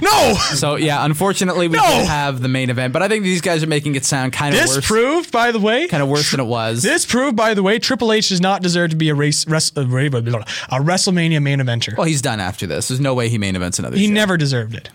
Speaker 1: no.
Speaker 2: So yeah, unfortunately, we
Speaker 1: No.
Speaker 2: don't have the main event, but I think these guys are making it sound kind of
Speaker 1: This
Speaker 2: worse,
Speaker 1: proved, by the way.
Speaker 2: kind of worse than it was.
Speaker 1: This proved, by the way, Triple H does not deserve to be a race, res, a, ra- blah, blah, blah, a WrestleMania main eventer.
Speaker 2: well, he's done after this. There's no way he main events another.
Speaker 1: he
Speaker 2: show.
Speaker 1: never deserved it.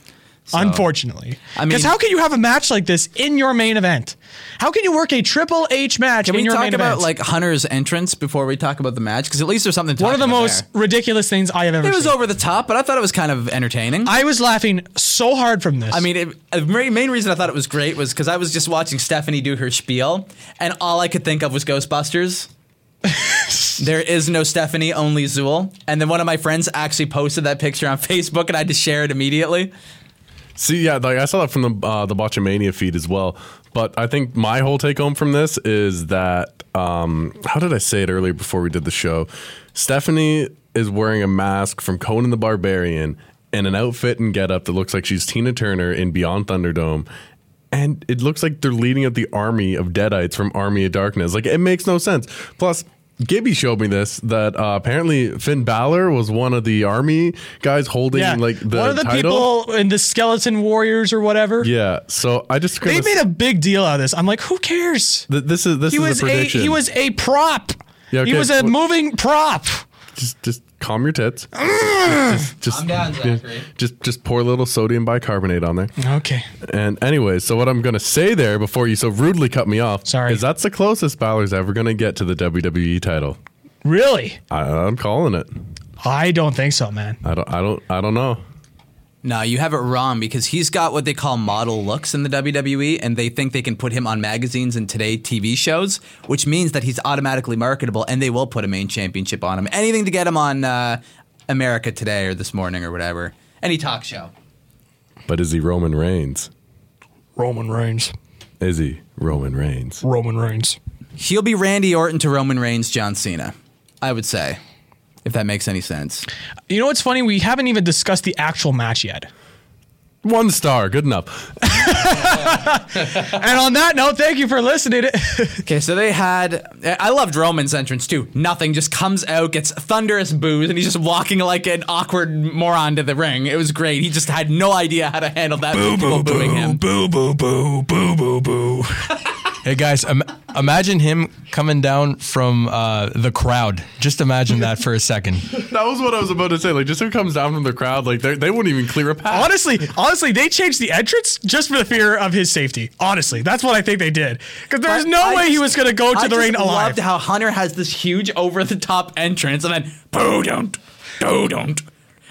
Speaker 1: Unfortunately,
Speaker 2: I
Speaker 1: because
Speaker 2: mean-
Speaker 1: how can you have a match like this in your main event? How can you work a Triple H match
Speaker 2: Can
Speaker 1: in
Speaker 2: we
Speaker 1: your
Speaker 2: talk
Speaker 1: main
Speaker 2: about
Speaker 1: event?
Speaker 2: like Hunter's entrance before we talk about the match? Because at least there's something. To
Speaker 1: one
Speaker 2: talk
Speaker 1: of the
Speaker 2: about
Speaker 1: most
Speaker 2: there.
Speaker 1: ridiculous things I have ever
Speaker 2: It was
Speaker 1: seen?
Speaker 2: over the top, but I thought it was kind of entertaining.
Speaker 1: I was laughing so hard from this.
Speaker 2: I mean, it, the main main reason I thought it was great was because I was just watching Stephanie do her spiel, and all I could think of was Ghostbusters. there is no Stephanie, only Zool. And then one of my friends actually posted that picture on Facebook, and I had to share it immediately.
Speaker 3: See, yeah, like I saw that from the uh, the Botchamania feed as well. But I think my whole take home from this is that um, how did I say it earlier before we did the show? Stephanie is wearing a mask from Conan the Barbarian and an outfit and getup that looks like she's Tina Turner in Beyond Thunderdome. And it looks like they're leading out the army of Deadites from Army of Darkness. Like it makes no sense. Plus, Gibby showed me this that uh, apparently Finn Balor was one of the army guys holding
Speaker 1: yeah.
Speaker 3: like the
Speaker 1: one of the
Speaker 3: title.
Speaker 1: people in the Skeleton Warriors or whatever.
Speaker 3: Yeah, so I just
Speaker 1: They
Speaker 3: kinda
Speaker 1: made a big deal out of this. I'm like, who cares?
Speaker 3: Th- this is this
Speaker 1: He
Speaker 3: is
Speaker 1: was
Speaker 3: a
Speaker 1: a
Speaker 3: prediction.
Speaker 1: he was a prop.
Speaker 3: Yeah,
Speaker 1: He
Speaker 3: okay,
Speaker 1: was a
Speaker 3: wh-
Speaker 1: moving prop.
Speaker 3: just just calm your tits.
Speaker 1: Ah!
Speaker 3: just, just,
Speaker 2: Calm down,
Speaker 3: yeah,
Speaker 2: Zachary.
Speaker 3: Just just pour a little sodium bicarbonate on there.
Speaker 1: Okay.
Speaker 3: And anyway, so what I'm gonna say there before you so rudely cut me off,
Speaker 1: Sorry.
Speaker 3: is that's the closest Balor's ever gonna get to the WWE title.
Speaker 1: Really?
Speaker 3: I, I'm calling it.
Speaker 1: I don't think so, man.
Speaker 3: I don't I don't I don't know.
Speaker 2: No, you have it wrong because he's got what they call model looks in the WWE, and they think they can put him on magazines and today TV shows, which means that he's automatically marketable, and they will put a main championship on him. Anything to get him on uh, America Today or this morning or whatever, any talk show.
Speaker 3: But is he Roman Reigns?
Speaker 7: Roman Reigns.
Speaker 3: Is he Roman Reigns?
Speaker 7: Roman Reigns.
Speaker 2: He'll be Randy Orton to Roman Reigns, John Cena, I would say, if that makes any sense.
Speaker 1: You know what's funny? We haven't even discussed the actual match yet.
Speaker 3: One star, good enough.
Speaker 1: And on that note, thank you for listening.
Speaker 2: Okay, so they had. I loved Roman's entrance too. Nothing just comes out, gets thunderous boos, and he's just walking like an awkward moron to the ring. It was great. He just had no idea how to handle that. Boo, boo, booing him.
Speaker 4: Boo, boo, boo, boo, boo, boo. hey guys, Im- imagine him coming down from uh, the crowd. Just imagine that for a second.
Speaker 3: That was what I was about to say. Like just who comes down from the crowd, like they they wouldn't even clear a path.
Speaker 1: honestly, honestly, they changed the entrance just for the fear of his safety. Honestly, that's what I think they did. Because there's no
Speaker 2: I
Speaker 1: way he
Speaker 2: just-
Speaker 1: was going to go to
Speaker 2: I
Speaker 1: the ring
Speaker 2: just
Speaker 1: alive.
Speaker 2: loved how Hunter has this huge over the top entrance, and then boo don't, boo don't.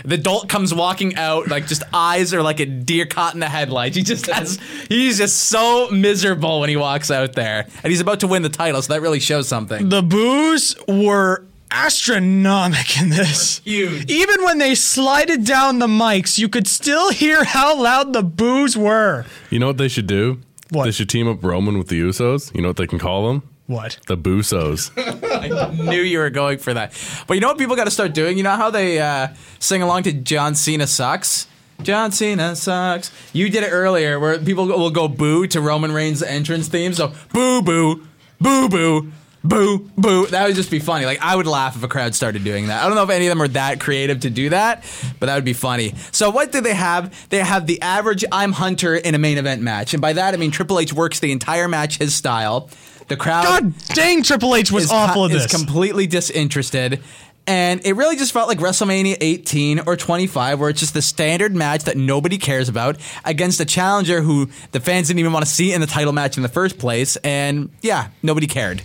Speaker 2: The dolt comes walking out like just eyes are like a deer caught in the headlights. He just has he's just so miserable when he walks out there, and he's about to win the title, so that really shows something.
Speaker 1: the boos were astronomic in this.
Speaker 2: Huge.
Speaker 1: Even when they slided down the mics, you could still hear how loud the boos were.
Speaker 3: You know what they should do?
Speaker 1: What?
Speaker 3: They should team up Roman with the Usos. You know what they can call them?
Speaker 1: What?
Speaker 3: The Busos.
Speaker 2: I knew you were going for that. But you know what people got to start doing? You know how they uh, sing along to John Cena sucks? John Cena sucks. You did it earlier where people will go boo to Roman Reigns' entrance theme. So boo, boo, boo, boo, boo, boo. That would just be funny. Like, I would laugh if a crowd started doing that. I don't know if any of them are that creative to do that, but that would be funny. So, what do they have? They have the average I'm Hunter in a main event match. And by that, I mean Triple H works the entire match his style. The crowd
Speaker 1: God dang, Triple H was
Speaker 2: is,
Speaker 1: awful at
Speaker 2: is
Speaker 1: this.
Speaker 2: completely disinterested. And it really just felt like WrestleMania 18 or 25, where it's just the standard match that nobody cares about against a challenger who the fans didn't even want to see in the title match in the first place. And yeah, nobody cared.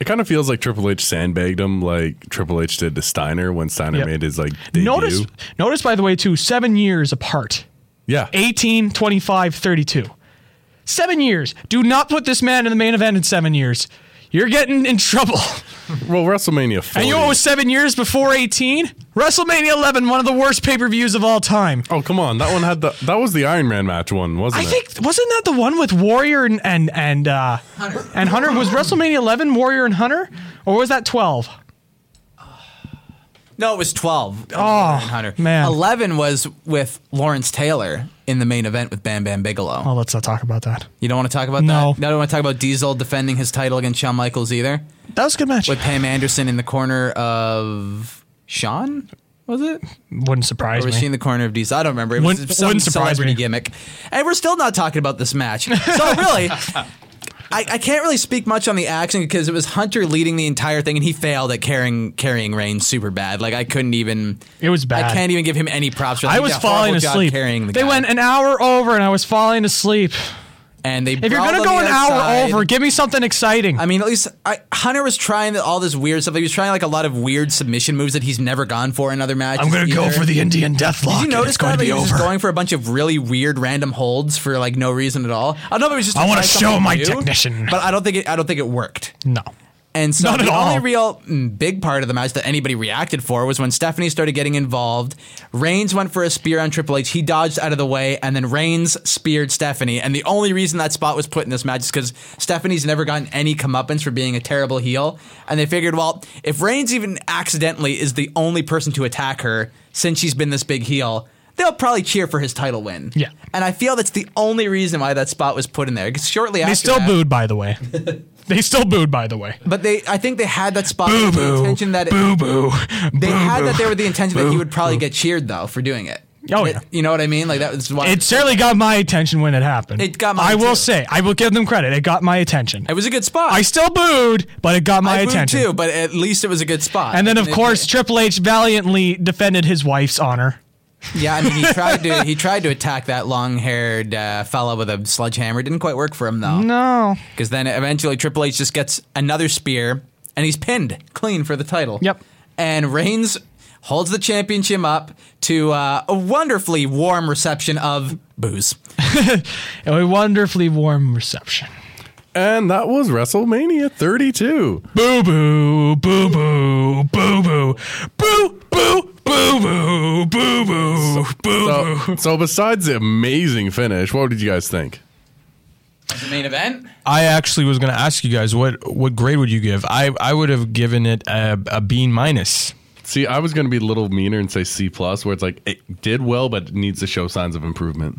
Speaker 3: It kind of feels like Triple H sandbagged him, like Triple H did to Steiner when Steiner
Speaker 1: Yep.
Speaker 3: made his like debut.
Speaker 1: notice, notice, by the way, too, seven years apart.
Speaker 3: yeah,
Speaker 1: 18, 25, 32. Seven years. Do not put this man in the main event in seven years. You're getting in trouble.
Speaker 3: well, WrestleMania. 40.
Speaker 1: And you know what was seven years before 18? WrestleMania 11, one of the worst pay per views of all time.
Speaker 3: oh come on, that one had the that was the Iron Man match one, wasn't
Speaker 1: I
Speaker 3: it?
Speaker 1: think wasn't that the one with Warrior and and and uh, and Hunter was WrestleMania 11 Warrior and Hunter or was that 12?
Speaker 2: No, it was 12. Oh, Hunter.
Speaker 1: man.
Speaker 2: 11 was with Lawrence Taylor in the main event with Bam Bam Bigelow.
Speaker 1: Oh, let's not talk about that.
Speaker 2: You don't want to talk about
Speaker 1: No.
Speaker 2: that? No, I don't want to talk about Diesel defending his title against Shawn Michaels either.
Speaker 1: That was a good match.
Speaker 2: With Pam Anderson in the corner of Shawn, was it?
Speaker 1: Wouldn't surprise
Speaker 2: Or was she
Speaker 1: me.
Speaker 2: in the corner of DC? I don't remember. It was
Speaker 1: Wouldn't-
Speaker 2: some
Speaker 1: wouldn't surprise
Speaker 2: celebrity
Speaker 1: me.
Speaker 2: gimmick. And we're still not talking about this match. So really, I, I can't really speak much on the action because it was Hunter leading the entire thing, and he failed at carrying carrying reins super bad. Like I couldn't even.
Speaker 1: It was
Speaker 2: I
Speaker 1: bad.
Speaker 2: can't even give him any props. For that.
Speaker 1: I
Speaker 2: He
Speaker 1: was
Speaker 2: did a horrible
Speaker 1: falling
Speaker 2: job
Speaker 1: asleep.
Speaker 2: carrying the
Speaker 1: they
Speaker 2: guy.
Speaker 1: went an hour over, and I was falling asleep.
Speaker 2: and they.
Speaker 1: If you're gonna go an hour over, give me something exciting.
Speaker 2: I mean, at least I, Hunter was trying all this weird stuff. He was trying like a lot of weird submission moves that he's never gone for in other matches. either.
Speaker 4: the Indian Deathlock.
Speaker 2: Did you notice that? Like, he was just going for a bunch of really weird random holds for like no reason at all. I don't know. It was just.
Speaker 4: I
Speaker 2: to
Speaker 4: wanna
Speaker 2: try
Speaker 4: show
Speaker 2: something
Speaker 4: my
Speaker 2: new,
Speaker 4: technician.
Speaker 2: But I don't think it. I don't think it worked.
Speaker 1: no.
Speaker 2: And so
Speaker 4: Not
Speaker 2: the
Speaker 4: at all.
Speaker 2: only real mm, big part of the match that anybody reacted for was when Stephanie started getting involved. Reigns went for a spear on Triple H. He dodged out of the way, and then Reigns speared Stephanie. And the only reason that spot was put in this match is because Stephanie's never gotten any comeuppance for being a terrible heel. And they figured, well, if Reigns even accidentally is the only person to attack her since she's been this big heel, they'll probably cheer for his title win.
Speaker 1: Yeah.
Speaker 2: And I feel that's the only reason why that spot was put in there. 'Cause shortly
Speaker 1: They
Speaker 2: after
Speaker 1: still
Speaker 2: that,
Speaker 1: booed, by the way. they still booed, by the way.
Speaker 2: but they, I think they had that spot with the intention that
Speaker 4: Boo boo.
Speaker 2: they had that there with the intention that he would probably get cheered though for doing it.
Speaker 1: Oh,
Speaker 2: It-
Speaker 1: yeah.
Speaker 2: you know what I mean? Like that was why
Speaker 1: It certainly got my attention when it happened.
Speaker 2: It got mine,
Speaker 1: I will
Speaker 2: too.
Speaker 1: say, I will give them credit. It got my attention.
Speaker 2: it was a good spot.
Speaker 1: I still booed, but it got my
Speaker 2: I booed
Speaker 1: attention.
Speaker 2: too, but at least it was a good spot.
Speaker 1: And then, of
Speaker 2: it-
Speaker 1: course, Triple H valiantly defended his wife's honor.
Speaker 2: yeah, I mean, he tried to he tried to attack that long haired uh, fella with a sledgehammer. Didn't quite work for him though.
Speaker 1: No.
Speaker 2: because then eventually Triple H just gets another spear and he's pinned clean for the title.
Speaker 1: Yep.
Speaker 2: And Reigns holds the championship up to uh, a wonderfully warm reception of booze.
Speaker 1: A wonderfully warm reception.
Speaker 3: And that was WrestleMania 32.
Speaker 4: Boo boo. Boo boo. Boo boo. Boo boo. Boo boo. Boo boo. Boo boo.
Speaker 3: So, so besides the amazing finish, what did you guys think?
Speaker 2: The main event.
Speaker 8: I actually was going to ask you guys what what grade would you give? I I would have given it a, a B minus.
Speaker 3: See, I was going to be a little meaner and say C plus, where it's like it did well, but it needs to show signs of improvement.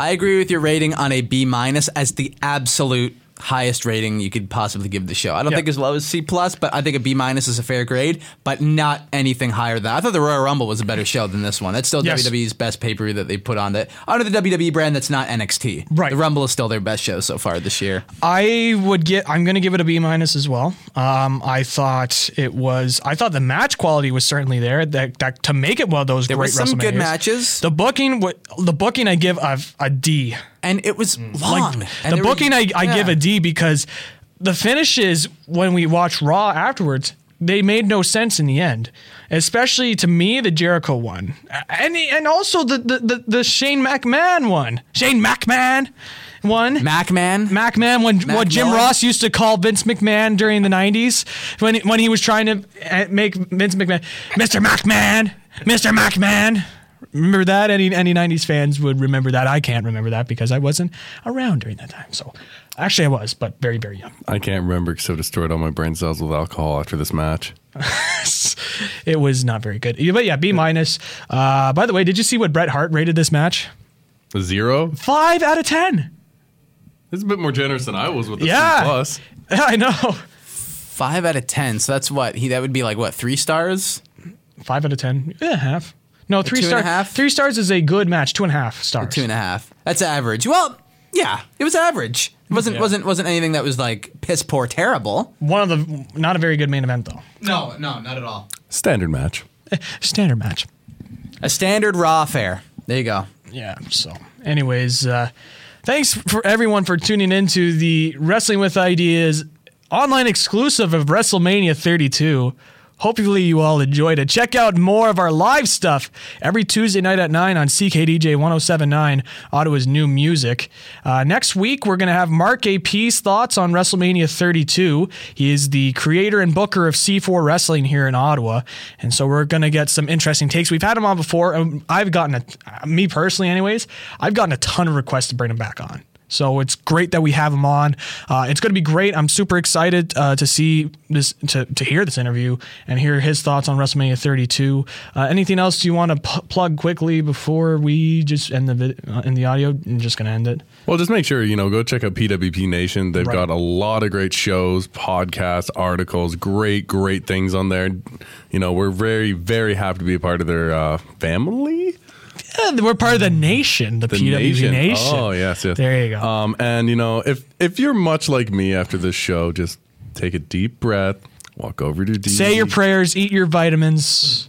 Speaker 2: I agree with your rating on a B minus as the absolute highest rating you could possibly give the show. I don't think as low as C plus, but I think a B minus is a fair grade, but not anything higher than that. I thought the Royal Rumble was a better show than this one. That's still
Speaker 1: Yes.
Speaker 2: WWE's best pay per view that they put on that under the WWE brand that's not NXT.
Speaker 1: Right.
Speaker 2: The Rumble is still their best show so far this year.
Speaker 1: I would get. I'm going to give it a B minus as well. Um, I thought it was. I thought the match quality was certainly there. That, that to make it one of those
Speaker 2: There were
Speaker 1: great
Speaker 2: some good
Speaker 1: WrestleManias.
Speaker 2: matches.
Speaker 1: The booking. wa- The booking. I give a, a D.
Speaker 2: And it was
Speaker 1: Mm. Like,
Speaker 2: long. And
Speaker 1: the
Speaker 2: there was-
Speaker 1: booking. I, I
Speaker 2: yeah.
Speaker 1: give a D because the finishes when we watch Raw afterwards. They made no sense in the end, especially to me the Jericho one, and and also the the, the, the Shane McMahon one, Shane McMahon one,
Speaker 2: Macman.
Speaker 1: MacMahon, when
Speaker 2: Mac
Speaker 1: what Jim
Speaker 2: Miller?
Speaker 1: Ross used to call Vince McMahon during the '90s, when when he was trying to uh, make Vince McMahon, Mr. McMahon, Mr. McMahon. Remember that? Any any '90s fans would remember that. I can't remember that because I wasn't around during that time. So, actually, I was, but very very young.
Speaker 3: I can't remember because I destroyed all my brain cells with alcohol after this match.
Speaker 1: It was not very good. Yeah, But yeah, B minus. Uh, by the way, did you see what Bret Hart rated this match?
Speaker 3: A zero?
Speaker 1: Five out of ten.
Speaker 3: This is a bit more generous than I was with the
Speaker 1: Yeah.
Speaker 3: C plus.
Speaker 1: I know.
Speaker 2: Five out of ten. So that's what he that would be like what, three stars?
Speaker 1: Five out of ten. Yeah, half. No, three
Speaker 2: two and a
Speaker 1: stars.
Speaker 2: half?
Speaker 1: Three stars is a good match. Two and a half stars.
Speaker 2: Two and a half. That's average. Well, yeah, it was average. It wasn't wasn't wasn't anything that was like piss poor terrible.
Speaker 1: one of the not a very good main event though.
Speaker 2: No, no, not at all.
Speaker 3: Standard match.
Speaker 1: Standard match.
Speaker 2: A standard raw fare. There you go.
Speaker 1: Yeah. So, anyways, uh, thanks for everyone for tuning in to the Wrestling with Ideas online exclusive of WrestleMania 32. Hopefully, you all enjoyed it. Check out more of our live stuff every Tuesday night at 9 on CKDJ 1079, Ottawa's new music. Uh, next week, we're going to have Mark AP's thoughts on WrestleMania 32. He is the creator and booker of C4 Wrestling here in Ottawa. And so we're going to get some interesting takes. We've had him on before. and I've gotten, a, uh, me personally, anyways, I've gotten a ton of requests to bring him back on. So it's great that we have him on. Uh, it's going to be great. I'm super excited uh, to see this, to, to hear this interview and hear his thoughts on WrestleMania 32. Uh, anything else you want to p- plug quickly before we just end the vid- uh, end the audio? I'm just going to end it.
Speaker 3: Well, just make sure, you know, go check out PWP Nation. They've
Speaker 1: Right.
Speaker 3: got a lot of great shows, podcasts, articles, great, great things on there. You know, we're very, very happy to be a part of their uh, family.
Speaker 1: Yeah, we're part of the nation, the,
Speaker 3: The
Speaker 1: PWG nation.
Speaker 3: Oh yes, yes.
Speaker 1: There you go.
Speaker 3: Um, and you know, if if you're much like me after this show, just take a deep breath, walk over to D.
Speaker 1: Say your prayers, eat your vitamins.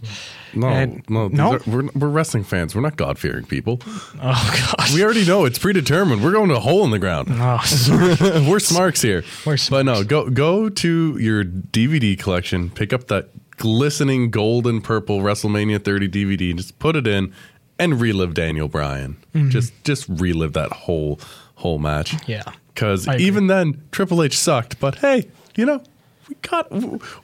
Speaker 3: No,
Speaker 1: and-
Speaker 3: no, these
Speaker 1: no?
Speaker 3: are- we're we're wrestling fans. We're not God fearing people.
Speaker 1: Oh gosh.
Speaker 3: We already know it's predetermined. We're going to a hole in the ground.
Speaker 1: Oh, sorry.
Speaker 3: We're smarks here.
Speaker 1: We're
Speaker 3: But no, go go to your DVD collection, pick up that glistening gold and purple WrestleMania 30 DVD, and just put it in and relive Daniel Bryan. Just just relive that whole whole match.
Speaker 1: Mm-hmm. Yeah.
Speaker 3: Because
Speaker 1: I agree.
Speaker 3: even then, Triple H sucked. But hey, you know. We got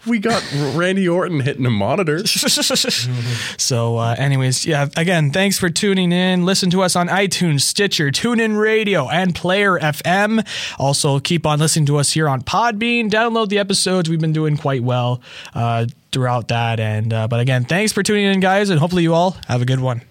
Speaker 3: we got Randy Orton hitting a monitor.
Speaker 1: so, uh, anyways, yeah. Again, thanks for tuning in. Listen to us on iTunes, Stitcher, TuneIn Radio, and Player FM. Also, keep on listening to us here on Podbean. Download the episodes. We've been doing quite well uh, throughout that. And uh, but again, thanks for tuning in, guys, and hopefully you all have a good one.